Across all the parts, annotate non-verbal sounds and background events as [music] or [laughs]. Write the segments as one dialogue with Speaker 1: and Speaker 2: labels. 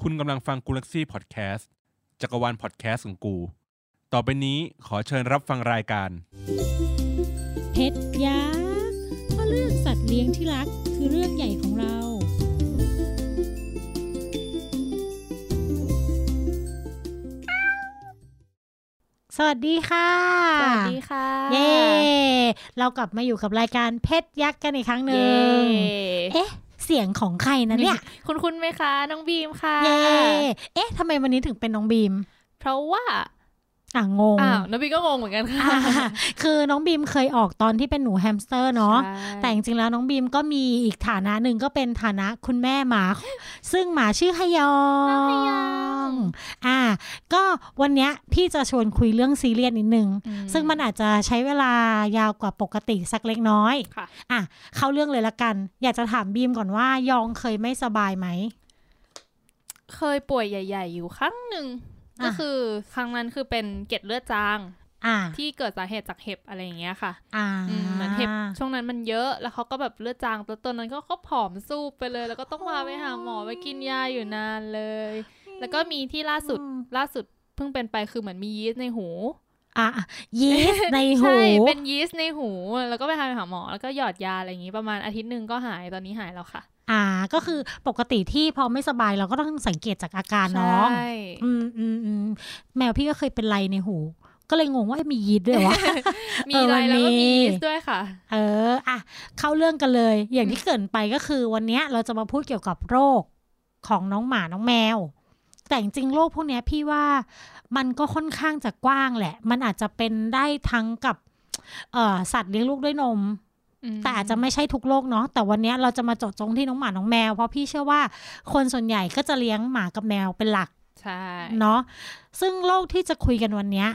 Speaker 1: คุณกำลังฟังกูลักซี่พอดแคสต์จักรวาลพอดแคสต์ของกู ต่อไปนี้ขอเชิญรับฟังรายการ
Speaker 2: เพชรยักษ์เพราะเรื่องสัตว์เลี้ยงที่รักคือเรื่องใหญ่ของเรา สวัสดีค่ะ
Speaker 3: สวัสดีค่ะ
Speaker 2: เย้ เรากลับมาอยู่กับรายการเพชรยักษ์กันอีกครั้งหนึ่ง
Speaker 3: เอ๊ะ
Speaker 2: เอ๊ะ เสียงของใครนะเนี่ย
Speaker 3: คุณคุณไหมคะน้องบีมค่ะ
Speaker 2: เย้ เอ๊ะทำไมวันนี้ถึงเป็นน้องบีม
Speaker 3: เพราะว่า
Speaker 2: อ่ะ งง
Speaker 3: อ้าวน้องบีมก็งงเหมือนกันค่ะ
Speaker 2: อ่า [laughs] คือน้องบีมเคยออกตอนที่เป็นหนูแฮมสเตอร์เนาะ
Speaker 3: ใช่
Speaker 2: แต่จริงๆแล้วน้องบีมก็มีอีกฐานะหนึ่งก็เป็นฐานะคุณแม่หมา ซึ่ง [laughs] หมาชื่อฮยอ
Speaker 3: น้องพะยอง ง
Speaker 2: อ่า ก็วันเนี้ยพี่จะชวนคุยเรื่องซีเรียสนิดนึง
Speaker 3: อื
Speaker 2: ซึ่งมันอาจจะใช้เวลายาวกว่าปกติสักเล็กน้อย
Speaker 3: ค่ะ
Speaker 2: อ่ะ เข้าเรื่องเลยละกัน อยากจะถามบีมก่อนว่ายองเคยไม่สบายไหม
Speaker 3: เคยป่วยใหญ่ ๆ อยู่ครั้งหนึ่ง
Speaker 2: อ่ะ
Speaker 3: ก็คือครั้งนั้นคือเป็นเกล็ดเลือดจาง
Speaker 2: อ่า
Speaker 3: ที่เกิดสาเหตุจากเห็บอะไรอย่างเงี้ยค่ะ
Speaker 2: อ่า
Speaker 3: อืมเหมือนเห็บช่วงนั้นมันเยอะแล้วเขาก็แบบเลือดจางแล้วตอนนั้นก็เขาผอมซูบไปเลย แล้วก็ต้องมาไปหาหมอไปกินยาอยู่นานเลย แล้วก็มีที่ล่าสุดล่าสุดเพิ่งเป็นไปคือเหมือนมียีสต์ในหู
Speaker 2: อ่ะยีสต์ในหู
Speaker 3: ใช่ เป็นยีสต์ในหู แล้วก็ไปทำหาหมอ แล้วก็หยอดยาอะไรอย่างนี้ประมาณอาทิตย์หนึ่งก็หาย ตอนนี้หายแล้วค่ะ
Speaker 2: อ่า ก็คือปกติที่พอไม่สบายเราก็ต้องสังเกตจากอาการน้อง
Speaker 3: ใช่
Speaker 2: อืมอืมอืมแมวพี่ก็เคยเป็นไรในหู ก็เลยงงว่ามียีสต์ด้วย [laughs] วะ
Speaker 3: มีอะ
Speaker 2: เออ
Speaker 3: ไร
Speaker 2: มัน
Speaker 3: แล้วก็
Speaker 2: มี
Speaker 3: มียีสต์ด้วยค่ะ
Speaker 2: เอออ่ะเข้าเรื่องกันเลย อย่างที่เกรินไปก็คือวันเนี้ยเราจะมาพูดเกี่ยวกับโรคของน้องหมาน้องแมว แต่จริงๆโรคพวกเนี้ยพี่ว่ามันก็ค่อนข้างจะกว้างแหละ มันอาจจะเป็นได้ทั้งกับเอ่อสัตว์เลี้ยงลูกด้วยนม แต่อาจจะไม่ใช่ทุกโรคเนาะแต่วันเนี้ยเราจะมาเจาะจงที่น้องหมาน้องแมวเพราะพี่เชื่อว่าคนส่วนใหญ่ก็จะเลี้ยงหมากับแมวเป็นหลัก
Speaker 3: ใช่
Speaker 2: เนาะซึ่งโรคที่จะคุยกันวันเนี้ย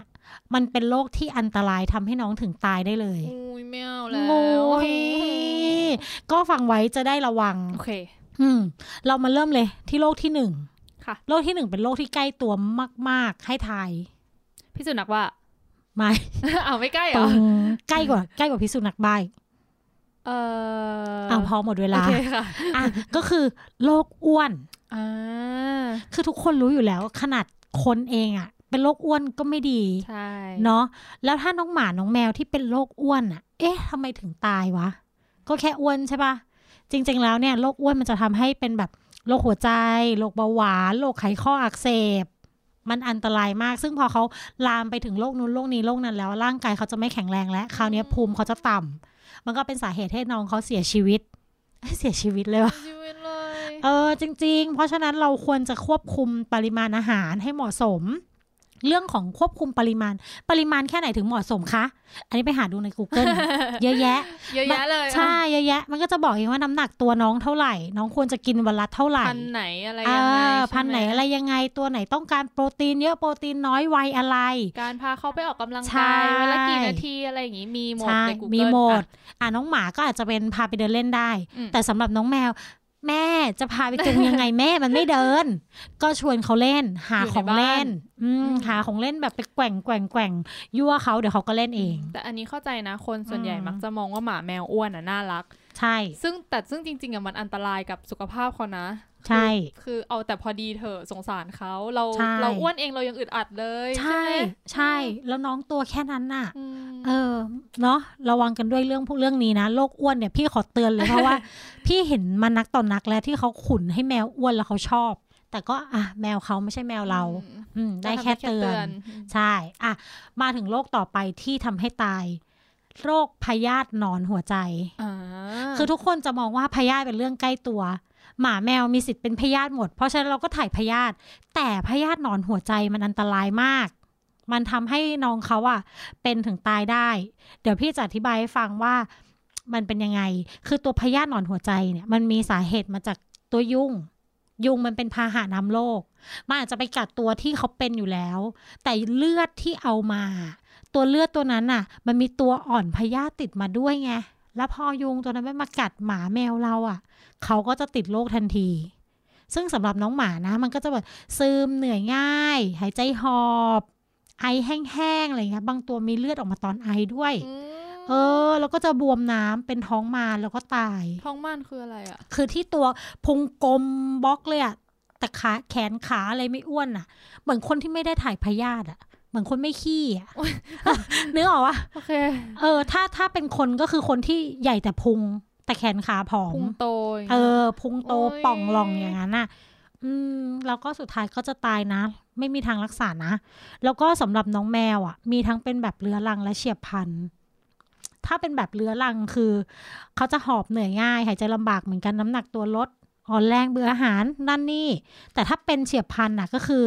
Speaker 2: มันเป็นโรคที่อันตรายทำให้น้องถึงตายได้เลย
Speaker 3: อุ้ยไม่เอาแล้ว
Speaker 2: โอ้ยก็ฟังไว้จะได้ระวัง
Speaker 3: โอเค
Speaker 2: อืม เรามาเริ่มเลยที่โรคที่หนึ่ง
Speaker 3: ค่ะ
Speaker 2: โรคที่หนึ่งเป็นโรคที่ใกล้ตัวมาก ๆ ให้ทาย
Speaker 3: พี่สุนักว่า [laughs]
Speaker 2: ไหม่
Speaker 3: เอาวไม่ใกล้เห
Speaker 2: ต
Speaker 3: ร
Speaker 2: ร
Speaker 3: อ
Speaker 2: งใกล้กว่าใกล้กว่าพิษสุนัขบ้าย
Speaker 3: เออ
Speaker 2: อ่าพอหมดเวลา
Speaker 3: โอเคค่ะ
Speaker 2: อ่ะก็คือโรคอ้วน
Speaker 3: อ่า
Speaker 2: คือทุกคนรู้อยู่แล้ว ขนาดคนเองอะเป็นโรคอ้วนก็ไม่ดี
Speaker 3: ใช่
Speaker 2: เนาะแล้วถ้าน้องหมาน้องแมวที่เป็นโรคอ้วนอ่ะ เอ๊ะทำไมถึงตายวะ ก็แค่อ้วนใช่ปะจริง ๆ แล้วเนี่ยโรคอ้วนมันจะทำให้เป็นแบบโรคหัวใจโรคเบาหวานโรคไขข้ออักเสบ มันอันตรายมาก ซึ่งพอเขาลามไปถึงโรคนู้นโรคนี้โรคนั้นแล้ว ร่างกายเขาจะไม่แข็งแรงแล้วคราวเนี้ยภูมิเขาจะต่ำมันก็เป็นสาเหตุให้น้องเขาเสียชีวิตเอ้ยเสียชีวิตเลยวะ
Speaker 3: ชีวิตเลย
Speaker 2: เออจริง ๆ เพราะฉะนั้นเราควรจะควบคุมปริมาณอาหารให้เหมาะสม เรื่องของควบคุมปริมาณ ปริมาณแค่ไหนถึงเหมาะสมคะ อันนี้ไปหาดูใน Google เยอะแยะ
Speaker 3: เยอะแยะ [laughs] เลย
Speaker 2: ใช่เยอะแยะ มันก็จะบอกเองว่าน้ำหนักตัวน้องเท่าไหร่ น้องควรจะกินวันละเท่าไหร่
Speaker 3: พันไหนอะไร
Speaker 2: เอ
Speaker 3: ยัง
Speaker 2: อ
Speaker 3: ไงใช่
Speaker 2: พันไหนอะไรยังไงตัวไหนต้องการโปรตีนเยอะโปรตีนน้อยวัยอะไร
Speaker 3: การพาเขาไปออกกำลัง
Speaker 2: ใช่
Speaker 3: กายวันละกี่นาทีอะไรอย่างงี้มีหมด
Speaker 2: ใช่
Speaker 3: ใน Google
Speaker 2: มีหม
Speaker 3: อ่ะ
Speaker 2: ดอ่ะน้องหมาก็อาจจะเป็นพาไปเดินเล่นได้
Speaker 3: อืม
Speaker 2: [laughs] แต่สำหรับน้องแมว แม่จะพาไปจุงยังไงแม่มันไม่เดิน ก็ชวนเขาเล่น หาของเล่น อืม
Speaker 3: อืม
Speaker 2: หาของเล่นแบบไปแกว่งแกว่งแกว่งยั่วเขาเดี๋ยวเขาก็เล่นเอง
Speaker 3: แต่อันนี้เข้าใจนะ คนส่วนใหญ่
Speaker 2: อืม
Speaker 3: มักจะมองว่าหมาแมวอ้วนอ่ะน่ารัก
Speaker 2: ใช่
Speaker 3: ซึ่งแต่ซึ่งจริงๆอ่ะมันอันตรายกับสุขภาพเขานะ
Speaker 2: ใช่
Speaker 3: คือเอาแต่พอดีเถอะสงสารเขาเรา
Speaker 2: ใช่
Speaker 3: เราอ้วนเองเรายังอึดอัดเลย
Speaker 2: ใช่
Speaker 3: ใช่ไหม
Speaker 2: ใช่ แล้วน้องตัวแค่นั้นน่ะ
Speaker 3: อืม
Speaker 2: เออเนาะระวังกันด้วยเรื่องพวกเรื่องนี้นะโรคอ้วนเนี่ยพี่ขอเตือนเลยเพ [laughs] ราะว่า พี่เห็นมานักต่อนนักแล้วที่เขาขุนให้แมวอ้วนแล้วเขาชอบ แต่ก็อ่ะแมวเขาไม่ใช่แมวเรา
Speaker 3: อืม
Speaker 2: อืมได้แค่เตือน
Speaker 3: อืม
Speaker 2: ใช่ อ่ะ มาถึงโรคต่อไปที่ทำให้ตาย โรคพยาธิหนอนหัวใจ
Speaker 3: อ่า
Speaker 2: คือทุกคนจะมองว่าพยาธิเป็นเรื่องใกล้ตัว หมาแมวมีสิทธิ์เป็นพยาธิหมด เพราะฉะนั้นเราก็ถ่ายพยาธิ แต่พยาธิหนอนหัวใจมันอันตรายมาก มันทำให้น้องเขาอะเป็นถึงตายได้ เดี๋ยวพี่จะอธิบายให้ฟังว่ามันเป็นยังไง คือตัวพยาธิหนอนหัวใจเนี่ย มันมีสาเหตุมาจากตัวยุง ยุงมันเป็นพาหะนำโรค มันอาจจะไปกัดตัวที่เขาเป็นอยู่แล้ว แต่เลือดที่เอามา ตัวเลือดตัวนั้นน่ะ มันมีตัวอ่อนพยาธิติดมาด้วยไง แล้วพอยุงตัวนั้นไม่มากัดหมาแมวเราอ่ะ เขาก็จะติดโรคทันที ซึ่งสำหรับน้องหมานะ มันก็จะแบบซึมเหนื่อยง่าย หายใจหอบ ไอแห้งๆอะไรเงี้ย บางตัวมีเลือดออกมาตอนไอด้วย
Speaker 3: อืม
Speaker 2: เออ แล้วก็จะบวมน้ำเป็นท้องมารแล้วก็ตาย
Speaker 3: ท้องม่านคืออะไรอ่ะ
Speaker 2: คือที่ตัวพุงกลมบล็อกเลยอะ แต่ขาแขนขาอะไรไม่อ้วนอ่ะ เหมือนคนที่ไม่ได้ถ่ายพยาธิอ่ะ เหมือนคนไม่ขี้อ่ะ [laughs] นึกออกวะ
Speaker 3: โอเค
Speaker 2: เออ ถ้าถ้าเป็นคนก็คือคนที่ใหญ่แต่พุง แต่แขนขาผอ
Speaker 3: พุ
Speaker 2: ม
Speaker 3: งโตย่าง
Speaker 2: เอ
Speaker 3: งี้ย
Speaker 2: อ พุงโต
Speaker 3: โอ้ย
Speaker 2: ป่องหลองอย่างนั้นน่ะ อืม แล้วก็สุดท้ายก็จะตายนะ ไม่มีทางรักษานะ แล้วก็สำหรับน้องแมวอ่ะ มีทั้งเป็นแบบเรื้อรังและเฉียบพลัน ถ้าเป็นแบบเรื้อรังคือ เขาจะหอบเหนื่อยง่าย หายใจลำบากเหมือนกันน้ำหนักตัวลดอ่อนแรงเบื่ออาหารนั่นนี่ แต่ถ้าเป็นเฉียบพลันน่ะก็คือ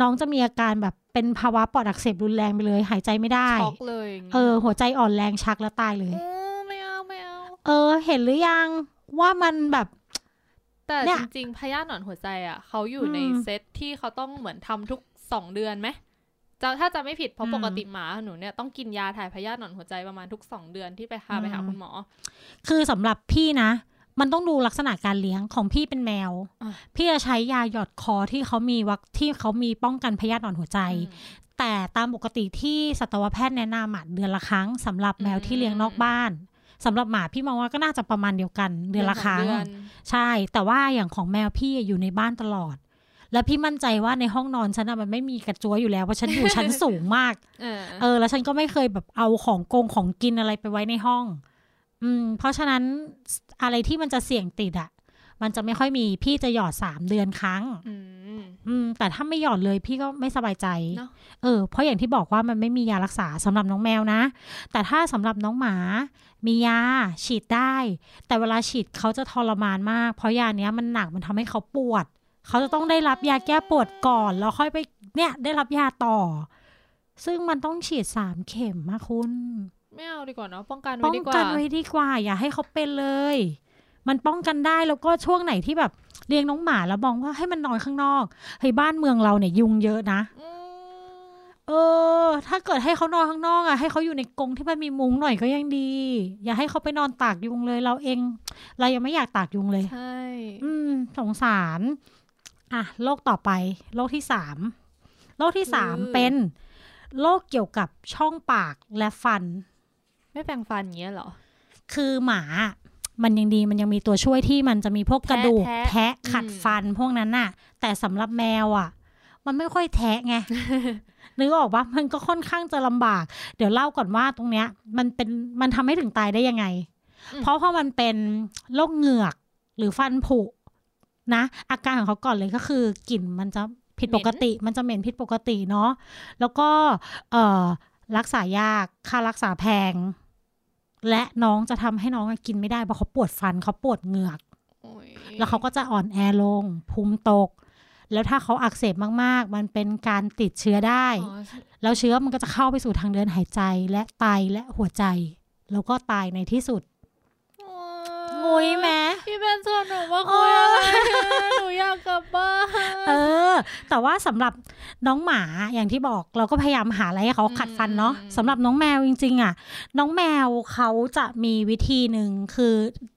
Speaker 2: น้องจะมีอาการแบบเป็นภาวะปอดอักเสบรุนแรงไปเลย หายใจไม่ได้
Speaker 3: ช็อกเลยย่างงี้ย
Speaker 2: เออ หัวใจอ่อนแรงชักแล้วตายเลย
Speaker 3: โอ้ไม่เอาไม่เอา
Speaker 2: เออ เห็นหรือยังว่ามันแบบ
Speaker 3: แต่
Speaker 2: เนี่
Speaker 3: จ
Speaker 2: ย
Speaker 3: ริงๆพยาธิหนอนหัวใจอ่ะเขาอยู่
Speaker 2: อืม
Speaker 3: ในเซตที่เขาต้องเหมือนทำทุกสองเดือนไหมจะถ้าจะไม่ผิดเพราะ
Speaker 2: อืม
Speaker 3: ปกติหมาหนูเนี่ยต้องกินยาถ่ายพยาธิหนอนหัวใจประมาณทุกสองเดือนที่ไปพา
Speaker 2: อืม
Speaker 3: ไปหาคุณหมอ
Speaker 2: คือสำหรับพี่นะ มันต้องดูลักษณะการเลี้ยงของพี่เป็นแมว
Speaker 3: อ่ะ
Speaker 2: พี่จะใช้ยาหยอดคอที่เขามีวัคที่เขามีป้องกันพยาธิหนอนหัวใจ
Speaker 3: ไป
Speaker 2: แต่ตามปกติที่สัตวแพทย์แนะนำอะเดือนละครั้งสำหรับแมว
Speaker 3: อืม
Speaker 2: ที่เลี้ยงนอกบ้านสำหรับหมาพี่มองว่าก็น่าจะประมาณเดียวกัน เดือนละครั้ง ใช่ แต่ว่าอย่างของแมวพี่อะอยู่ในบ้านตลอด แล้วพี่มั่นใจว่าในห้องนอนฉันอะมันไม่มีกระจัวอยู่แล้วเพราะฉันอยู่ชั้นสูงมาก
Speaker 3: เออ
Speaker 2: เออแล้วฉันก็ไม่เคยแบบเอาของกงของกินอะไรไปไว้ในห้อง อืม เพราะฉะนั้นอะไรที่มันจะเสี่ยงติดอะมันจะไม่ค่อยมีพี่จะหยอดสามเดือนครั้ง
Speaker 3: อืม
Speaker 2: อืม แต่ถ้าไม่หยอดเลยพี่ก็ไม่สบายใจ
Speaker 3: เนอะ
Speaker 2: เออเพราะอย่างที่บอกว่ามันไม่มียารักษาสำหรับน้องแมวนะ แต่ถ้าสำหรับน้องหมา มียาฉีดได้ แต่เวลาฉีดเขาจะทรมานมาก เพราะยาเนี้ยมันหนักมันทำให้เขาปวด เขาจะต้องได้รับยาแก้ปวดก่อน แล้วค่อยไปเนี่ยได้รับยาต่อ ซึ่งมันต้องฉีดสามเข็มมาคุณ
Speaker 3: ไม่เอาดีกว่าเนาะป้องกัน
Speaker 2: ป้
Speaker 3: ไว้
Speaker 2: อง
Speaker 3: ดีกว่า
Speaker 2: กันไว้ดีกว่า อย่าให้เขาเป็นเลย มันป้องกันได้แล้วก็ช่วงไหนที่แบบเลี้ยงน้องหมาแล้วมองว่าให้มันนอนข้างนอกเฮ้ยบ้านเมืองเราเนี่ยยุงเยอะนะ
Speaker 3: อืม
Speaker 2: เออ ถ้าเกิดให้เขานอนข้างนอกอะให้เขาอยู่ในกรงที่มันมีมุ้งหน่อยก็ยังดี อย่าให้เขาไปนอนตากยุงเลย เราเอง เรายังไม่อยากตากยุงเลย
Speaker 3: ใช่
Speaker 2: อืมสงสารอ่ะโรคต่อไปโรคที่สามโรคที่สาม
Speaker 3: คือ
Speaker 2: เป็นโรคเกี่ยวกับช่องปากและฟัน
Speaker 3: ไม่แปรงฟันอย่างเงี้ยเหรอ
Speaker 2: คือหมาอะมันยังดีมันยังมีตัวช่วยที่มันจะมีพวกกระดูก
Speaker 3: แทะ
Speaker 2: แทะขัด
Speaker 3: อืม
Speaker 2: ฟันพวกนั้นน่ะ แต่สำหรับแมวอ่ะ มันไม่ค่อยแทะ
Speaker 3: [laughs]
Speaker 2: ไง นึกออกปะมันก็ค่อนข้างจะลำบาก เดี๋ยวเล่าก่อนว่าตรงเนี้ย มันเป็นมันทำให้ถึงตายได้ยังไง
Speaker 3: อืม
Speaker 2: เพราะพอมันเป็นโรคเหงือกหรือฟันผุนะ อาการของเขาก่อนเลยก็คือกลิ่นมันจะผิดปกติ มันจะเหม็นผิดปกติเนาะแล้วก็เอ่อรักษายากค่ารักษาแพง และน้องจะทำให้น้องอะกินไม่ได้เพราะเขาปวดฟันเขาปวดเหงือก
Speaker 3: โอ้ย
Speaker 2: แล้วเขาก็จะอ่อนแอลง ภูมิตก แล้วถ้าเขาอักเสบมากๆ มันเป็นการติดเชื้อได้
Speaker 3: อ๋อ
Speaker 2: แล้วเชื้อมันก็จะเข้าไปสู่ทางเดินหายใจและไตและหัวใจ แล้วก็ตายในที่สุด
Speaker 3: โอ้
Speaker 2: งุยแม
Speaker 3: พี่เป็นส่วนหนูมาคุยอะไรอะหนูอยากกลับบ้าน
Speaker 2: เออ แต่ว่าสำหรับน้องหมาอย่างที่บอกเราก็พยายามหาอะไรให้เขาขัดฟันเนาะ
Speaker 3: อืม
Speaker 2: สำหรับน้องแมวจริง ๆ อ่ะ น้องแมวเขาจะมีวิธีหนึ่งคือ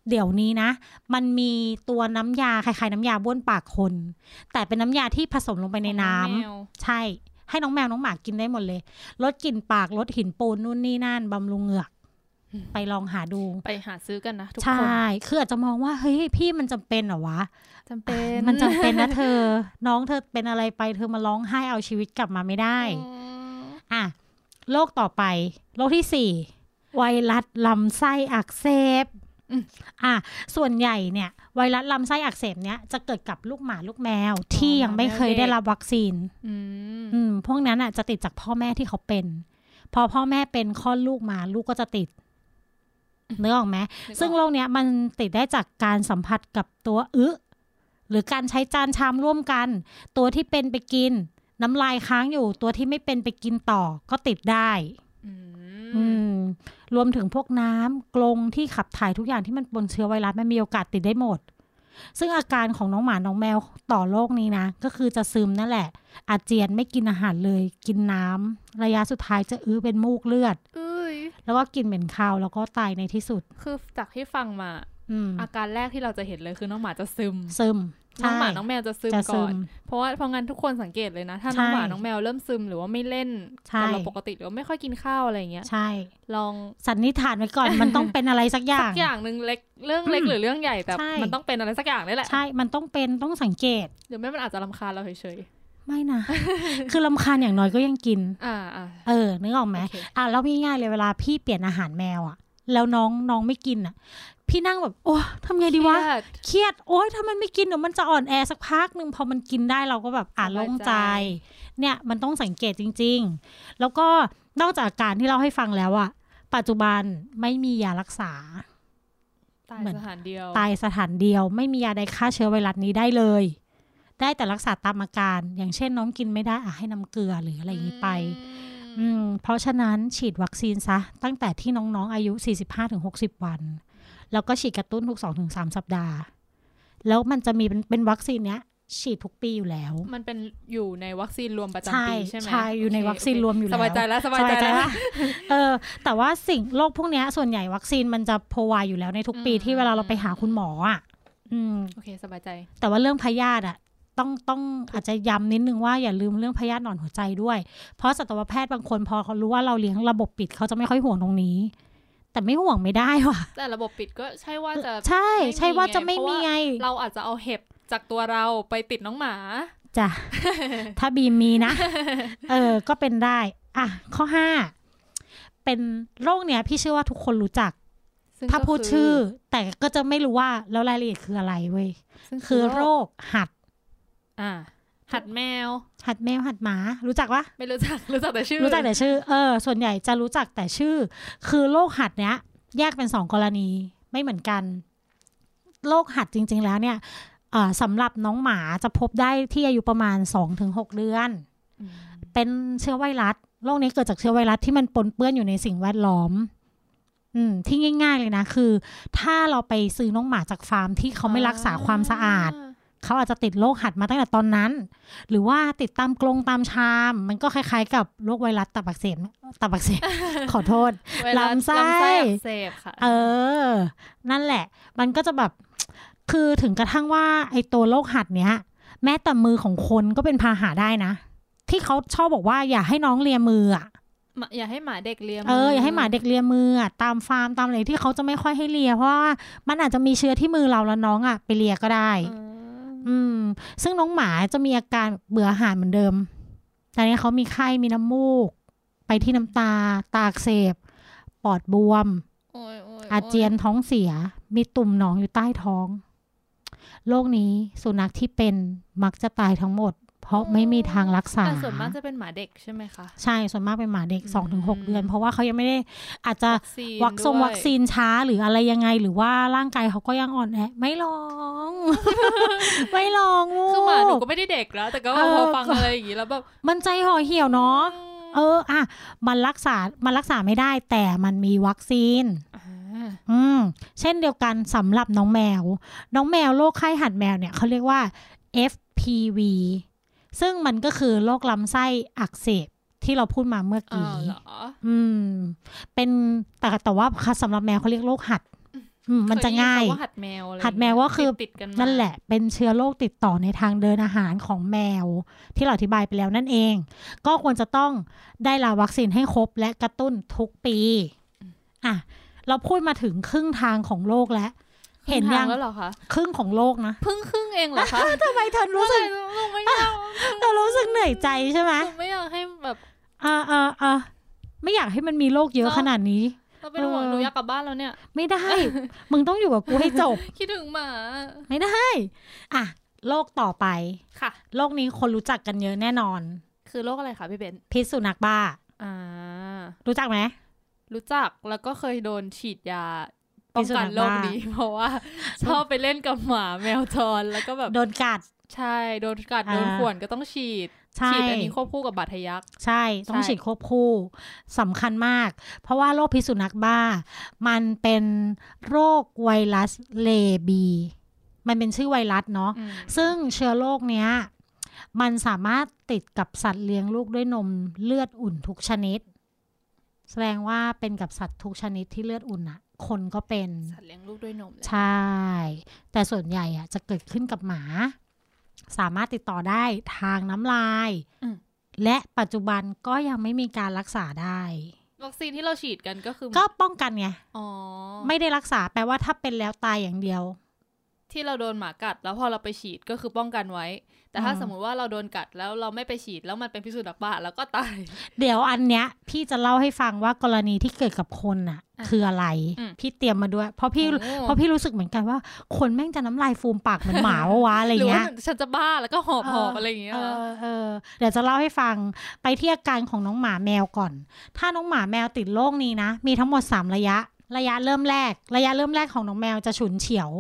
Speaker 2: เดี๋ยวนี้นะ มันมีตัวน้ำยาคล้ายๆน้ำยาบ้วนปากคน แต่เป็นน้ำยาที่ผสมลงไปในน้ำ
Speaker 3: ของแมว
Speaker 2: ใช่ ให้น้องแมวน้องหมากินได้หมดเลย ลดกลิ่นปากลดหินปูนนู่นนี่นั่นบำรุงเหงือก
Speaker 3: อืม
Speaker 2: ไปลองหาดู
Speaker 3: ไปหาซื้อกันนะทุก
Speaker 2: ใช่
Speaker 3: คน
Speaker 2: คืออาจจะมองว่าเฮ้ยพี่มันจำเป็นเหรอวะ
Speaker 3: จำเป็น
Speaker 2: มันจำเป็นนะเธอ น้องเธอเป็นอะไรไปเธอมาร้องไห้เอาชีวิตกลับมาไม่ได้
Speaker 3: อืม
Speaker 2: อ่ะโรคต่อไปโรคที่สี่ไวรัสลำไส้อักเสบอ่ะส่วนใหญ่เนี่ย ไวรัสลำไส้อักเสบเนี้ยจะเกิดกับลูกหมาลูกแมวที่ยังไม่เคยได้รับวัคซีน
Speaker 3: อืม
Speaker 2: อืมพวกนั้นอ่ะจะติดจากพ่อแม่ที่เขาเป็น พอพ่อแม่เป็นคลอดลูกมาลูกก็จะติดเนื้อออกไหม ซึ่งโรคเนี้ยมันติดได้จากการสัมผัสกับตัวอึะหรือการใช้จานชามร่วมกัน ตัวที่เป็นไปกิน น้ำลายค้างอยู่ ตัวที่ไม่เป็นไปกินต่อก็ติดได้
Speaker 3: อื
Speaker 2: อื
Speaker 3: ม
Speaker 2: ม รวมถึงพวกน้ำกรงที่ขับถ่ายทุกอย่างที่มันปนเชื้อไวรัสมันมีโอกาสติดได้หมด ซึ่งอาการของน้องหมาน้องแมวต่อโรคนี้นะ ก็คือจะซึมนั่นแหละ อาเจียนไม่กินอาหารเลย กินน้ำระยะสุดท้ายจะอื้อเป็นมูกเลือด
Speaker 3: เอ้ย
Speaker 2: แล้วก็กลินเหม็นคาวแล้วก็ตายในที่สุด
Speaker 3: คือจากที่ฟังมา
Speaker 2: อืม
Speaker 3: อาการแรกที่เราจะเห็นเลยคือน้องหมาจะซึม
Speaker 2: ซึม
Speaker 3: น้องหมา
Speaker 2: ใช่
Speaker 3: น้องแมวจะซึม
Speaker 2: จะ
Speaker 3: ก่
Speaker 2: ซึ
Speaker 3: อน
Speaker 2: ม
Speaker 3: เพราะว่าเพราะงั้นทุกคนสังเกตเลยนะ ถ้า
Speaker 2: ใช่
Speaker 3: น้องหมาน้องแมวเริ่มซึมหรือว่าไม่เล่น
Speaker 2: ใช่
Speaker 3: กับเราปกติหรือว่าไม่ค่อยกินข้าวอะไรอย่างเงี้ย
Speaker 2: ใช่
Speaker 3: ลอง
Speaker 2: สันนิษฐานไว้ก่อน มัน
Speaker 3: [coughs]
Speaker 2: ต้องเป็นอะไรสักอย่า
Speaker 3: สั
Speaker 2: ง
Speaker 3: กอย่างหนึ่งเล็กเรื่องเล็กหรือเรื่องใหญ่แต่
Speaker 2: ใช่
Speaker 3: มันต้องเป็นอะไรสักอย่างนี่แหละ
Speaker 2: ใช่ มันต้องเป็นต้องสังเกต
Speaker 3: เดี๋ยวแม่มันอาจจะรำคาญเราเฉย
Speaker 2: ไม่
Speaker 3: [laughs]
Speaker 2: นะ คือลำคาญอย่างน้อยก็ยังกิน
Speaker 3: ๆอ่าอ่า
Speaker 2: เออ นึกออกไหม
Speaker 3: โอเค
Speaker 2: อ่ะแล้วง่ายๆเลยเวลาพี่เปลี่ยนอาหารแมวอะแล้วน้องน้องไม่กินอะพี่นั่งแบบ โอ้ทำไงดีวะ
Speaker 3: เครีย
Speaker 2: เครียด โอ๊ย ถ้ามันไม่กินเดี๋ยวมันจะอ่อนแอสักพักหนึ่งพอมันกินได้เราก็แบบอ่าน
Speaker 3: สบายใจ
Speaker 2: โล่งใจ เนี่ย มันต้องสังเกตจริง ๆ แล้วก็นอกจากอาการที่เราให้ฟังแล้วอะปัจจุบันไม่มียารักษา
Speaker 3: ตาย
Speaker 2: เหมือน
Speaker 3: สถานเดียว
Speaker 2: ตายสถานเดียว ไม่มียาใดฆ่าเชื้อไวรัสนี้ได้เลย ได้แต่รักษาตามอาการ อย่างเช่นน้องกินไม่ได้อะให้น้ำเกลือหรืออะไรอย่างนี้ไป อืมเพราะฉะนั้นฉีดวัคซีนซะ ตั้งแต่ที่น้องๆ อายุ 45-60 วัน แล้วก็ฉีดกระตุ้นทุก 2-3 สัปดาห์ แล้วมันจะมีเป็นเป็นวัคซีนเนี้ย ฉีดทุกปีอยู่แล้ว
Speaker 3: มันเป็นอยู่ในวัคซีนรวมประ
Speaker 2: ใช่
Speaker 3: จำปีใช่ไหม
Speaker 2: ใช่อยู่ใน
Speaker 3: โเค
Speaker 2: วัคซีนรวมอยู่
Speaker 3: สบายใจแล้วสบายใจแล้ว
Speaker 2: ปะ [laughs] เออ แต่ว่าสิ่งโรคพวกเนี้ย ส่วนใหญ่วัคซีนมันจะพวายอยู่แล้วในทุกปี
Speaker 3: อืม
Speaker 2: ที่เวลาเราไปหาคุณหมออ่ะ อืม
Speaker 3: โอเคสบายใจ
Speaker 2: แต่ว่าเรื่องพยาธิอ่ะต้องต้องอาจจะย้ำนิดนึงว่าอย่าลืมเรื่องพยาธิหนอนหัวใจด้วย เพราะสัตวแพทย์บางคนพอเขารู้ว่าเราเลี้ยงระบบปิดเขาจะไม่ค่อยห่วงตรงนี้ แต่ไม่ห่วงไม่ได้ว่ะ
Speaker 3: แต่ระบบปิดก็ใช่ว่าจะ
Speaker 2: ใช่
Speaker 3: ไม่มี
Speaker 2: ใช่ว่าจะไม่
Speaker 3: ไง
Speaker 2: มีไง
Speaker 3: เราอาจจะเอาเห็บจากตัวเราไปติดน้องหมา
Speaker 2: จ้ะ ถ้าบีมมีนะ
Speaker 3: [laughs]
Speaker 2: เออ ก็เป็นได้ อ่ะ ข้อห้าเป็นโรคเนี้ย พี่เชื่อว่าทุกคนรู้จัก
Speaker 3: ซึ่ง
Speaker 2: ถ้า
Speaker 3: ก็
Speaker 2: พูดชื่อ แต่ก็จะไม่รู้ว่าแล้วรายละเอียดคืออะไรเว้ย
Speaker 3: ซึ่ง
Speaker 2: คือโรคหัด
Speaker 3: อ่า หัดแมว
Speaker 2: หัดแมวหัดหมา รู้จักปะ
Speaker 3: ไม่รู้จัก รู้จักแต่ชื่อ
Speaker 2: รู้จักแต่ชื่อ เออ ส่วนใหญ่จะรู้จักแต่ชื่อ คือโรคหัดเนี้ย แยกเป็นสองกรณีไม่เหมือนกัน โรคหัดจริง ๆ แล้วเนี่ยเอ่อสำหรับน้องหมาจะพบได้ที่อายุประมาณ 2-6 เดือน
Speaker 3: อืม
Speaker 2: เป็นเชื้อไวรัส โรคนี้เกิดจากเชื้อไวรัสที่มันปนเปื้อนอยู่ในสิ่งแวดล้อม อืม ที่ง่าย ๆ เลยนะ คือ ถ้าเราไปซื้อน้องหมาจากฟาร์มที่เขาไม่รักษาความสะอาด เขาอาจจะติดโรคหัดมาตั้งแต่ตอนนั้น หรือว่าติดตามกรงตามชาม มันก็คล้ายๆกับโรคไวรัสตับอักเสบตับอักเสบ [laughs] ขอโทษ
Speaker 3: เวลา
Speaker 2: ลำไส้
Speaker 3: ลำไส้อักเสบค่ะ
Speaker 2: เออ นั่นแหละ มันก็จะแบบ คือถึงกระทั่งว่า ไอ้ตัวโรคหัดเนี้ย แม้แต่มือของคนก็เป็นพาหะได้นะ ที่เขาชอบบอกว่าอย่าให้น้องเลียมืออะ
Speaker 3: อย่าให้หมาเด็กเลียม
Speaker 2: เอออย่าให้หมาเด็กเลียมืออะตามฟาร์มตามอะไรที่เขาจะไม่ค่อยให้เลีย เพราะว่ามันอาจจะมีเชื้อที่มือเราแล้วน้องอ่ะไปเลียก็ได้
Speaker 3: อืม
Speaker 2: อืม ซึ่งน้องหมาจะมีอาการเบื่ออาหารเหมือนเดิม แต่เนี้เขามีไข้ มีน้ำมูก ไปที่น้ำตา ตาอักเสบ ปอดบวม
Speaker 3: โยโย
Speaker 2: อาเจียนท้องเสีย มีตุ่มหนองอยู่ใต้ท้อง โรคนี้สุนัขที่เป็นมักจะตายทั้งหมด เพราะไม่มีทางรักษา
Speaker 3: แต่ส่วนมากจะเป็นหมาเด็กใช่ไหมคะ
Speaker 2: ใช่ ส่วนมากเป็นหมาเด็ก 2-6 เดือน เพราะว่าเขายังไม่ได้อาจจะ วัคซง
Speaker 3: ด้วย
Speaker 2: วัคซีนช้าหรืออะไรยังไงหรือว่าร่างกายเขาก็ยังอ่อนแอไม่ลอง
Speaker 3: [laughs]
Speaker 2: ไม่ลองลู
Speaker 3: คือหมาหนูก็ไม่ได้เด็กแล้ว แต่ก็
Speaker 2: เออ
Speaker 3: พอฟังอะไรอย่างงี้แล้วแบบ
Speaker 2: มันใจห่อเหี่ยวเนาะเอออ่ะมันรักษา มันรักษาไม่ได้แต่มันมีวัคซีน
Speaker 3: า
Speaker 2: อืม เช่นเดียวกันสำหรับน้องแมว น้องแมวโรคไข้หัดแมวเนี่ยเขาเรียกว่า FPV ซึ่งมันก็คือโรคลำไส้อักเสบที่เราพูดมาเมื่อ
Speaker 3: อ้า
Speaker 2: กี้
Speaker 3: วเหรอ
Speaker 2: อืม เป็นแต่แต่ว่าสำหรับแมวเขาเรียกโรคหัด อืม มันจะง่าย
Speaker 3: เคได้นคำว่าหัดแมวอะไร
Speaker 2: หัดแมวก็คือ
Speaker 3: ติดๆกันมา
Speaker 2: นั่นแหละ เป็นเชื้อโรคติดต่อในทางเดินอาหารของแมว ที่เราอธิบายไปแล้วนั่นเอง ก็ควรจะต้องได้รับวัคซีนให้ครบและกระตุ้นทุกปีอ่ะเราพูดมาถึงครึ่งทางของโลกแล้ว
Speaker 3: ครึ่
Speaker 2: เห็น
Speaker 3: ทา
Speaker 2: ยัง
Speaker 3: แล้วเหรอคะ
Speaker 2: ครึ่งของโลกนะ
Speaker 3: เพิ่งครึ่งเองเหรอคะ
Speaker 2: ทำไมเธอรู้สึก
Speaker 3: ลงไม่อยาก
Speaker 2: เธอรู้สึกเหนื่อยใจใช่ไหม
Speaker 3: ลงไม่อยากให้แบบ
Speaker 2: อ่าอ่าอ่าไม่อยากให้มันมีโรคเยอะขนาดนี้
Speaker 3: เราเป็นห่วง
Speaker 2: เออ
Speaker 3: หนูอยากกลับบ้านแล้วเนี่ย
Speaker 2: ไม่ได้ มึงต้องอยู่กับกูให้จบ
Speaker 3: คิดถึงหมา
Speaker 2: ไม่ได้ อ่ะโรคต่อไป
Speaker 3: ค่ะ
Speaker 2: โรคนี้คนรู้จักกันเยอะแน่นอน
Speaker 3: คือโรคอะไรคะพี่เบน
Speaker 2: พิษสุนัขบ้า
Speaker 3: อ่า
Speaker 2: รู้จักไหม
Speaker 3: รู้จักแล้วก็เคยโดนฉีดยาป้องกันโรคนี้เพราะ
Speaker 2: [laughs]
Speaker 3: ว่า ชอบไปเล่นกับหมาแมวจรแล้วก็แบบ
Speaker 2: โดนกัด
Speaker 3: ใช่โดนกัด
Speaker 2: อ่า
Speaker 3: โดนข่วนก็ต้องฉีด
Speaker 2: ใช่
Speaker 3: ฉีดอันนี้ควบคู่กับบาดทะยัก
Speaker 2: ใช่ ต้อง
Speaker 3: ใช่
Speaker 2: ฉีดควบคู่สำคัญมาก เพราะว่าโรคพิษสุนัขบ้า มันเป็นโรคไวรัสเลบี มันเป็นชื่อไวรัสเนาะ
Speaker 3: อืม
Speaker 2: ซึ่งเชื้อโรคเนี้ย มันสามารถติดกับสัตว์เลี้ยงลูกด้วยนมเลือดอุ่นทุกชนิด แสดงว่าเป็นกับสัตว์ทุกชนิดที่เลือดอุ่นอะคนก็เป็น
Speaker 3: สัตว์เลี้ยงลูกด้วยนมแหละ
Speaker 2: ใช่ แต่ส่วนใหญ่อะจะเกิดขึ้นกับหมา สามารถติดต่อได้ทางน้ำลาย
Speaker 3: อืม
Speaker 2: และปัจจุบันก็ยังไม่มีการรักษาได้
Speaker 3: วัคซีนที่เราฉีดกันก็คือ
Speaker 2: ก็ป้องกันไง
Speaker 3: อ๋อ
Speaker 2: ไม่ได้รักษาแปลว่าถ้าเป็นแล้วตายอย่างเดียว
Speaker 3: ที่เราโดนหมากัด แล้วพอเราไปฉีดก็คือป้องกันไว้ แต่ถ้า
Speaker 2: อืม
Speaker 3: สมมุติว่าเราโดนกัดแล้วเราไม่ไปฉีดแล้วมันเป็นพิษสุนัขบ้าแล้วก็ตาย
Speaker 2: เดี๋ยวอันเนี้ย พี่จะเล่าให้ฟังว่ากรณีที่เกิดกับคนน่ะ
Speaker 3: อ่ะ
Speaker 2: คืออะไร
Speaker 3: อืม
Speaker 2: พี่เตรียมมาด้วย เพราะพี่
Speaker 3: โอ้
Speaker 2: เพราะพี่รู้สึกเหมือนกันว่า คนแม่งจะน้ำลายฟูมปากเหมือนหมาวะวะอะไร
Speaker 3: หรือ
Speaker 2: เงี้
Speaker 3: ว่าย ฉันจะบ้าแล้วก็หอบ
Speaker 2: เออ
Speaker 3: หอบอะไรอย่างเงี้ย
Speaker 2: เอ
Speaker 3: เหรอ
Speaker 2: อเออเดี๋ยวจะเล่าให้ฟังไปที่อาการของน้องหมาแมวก่อน ถ้าน้องหมาแมวติดโรคนี้นะ มีทั้งหมด 3 ระยะ ระยะเริ่มแรก ระยะเริ่มแรกของน้องแมวจะฉุนเฉียว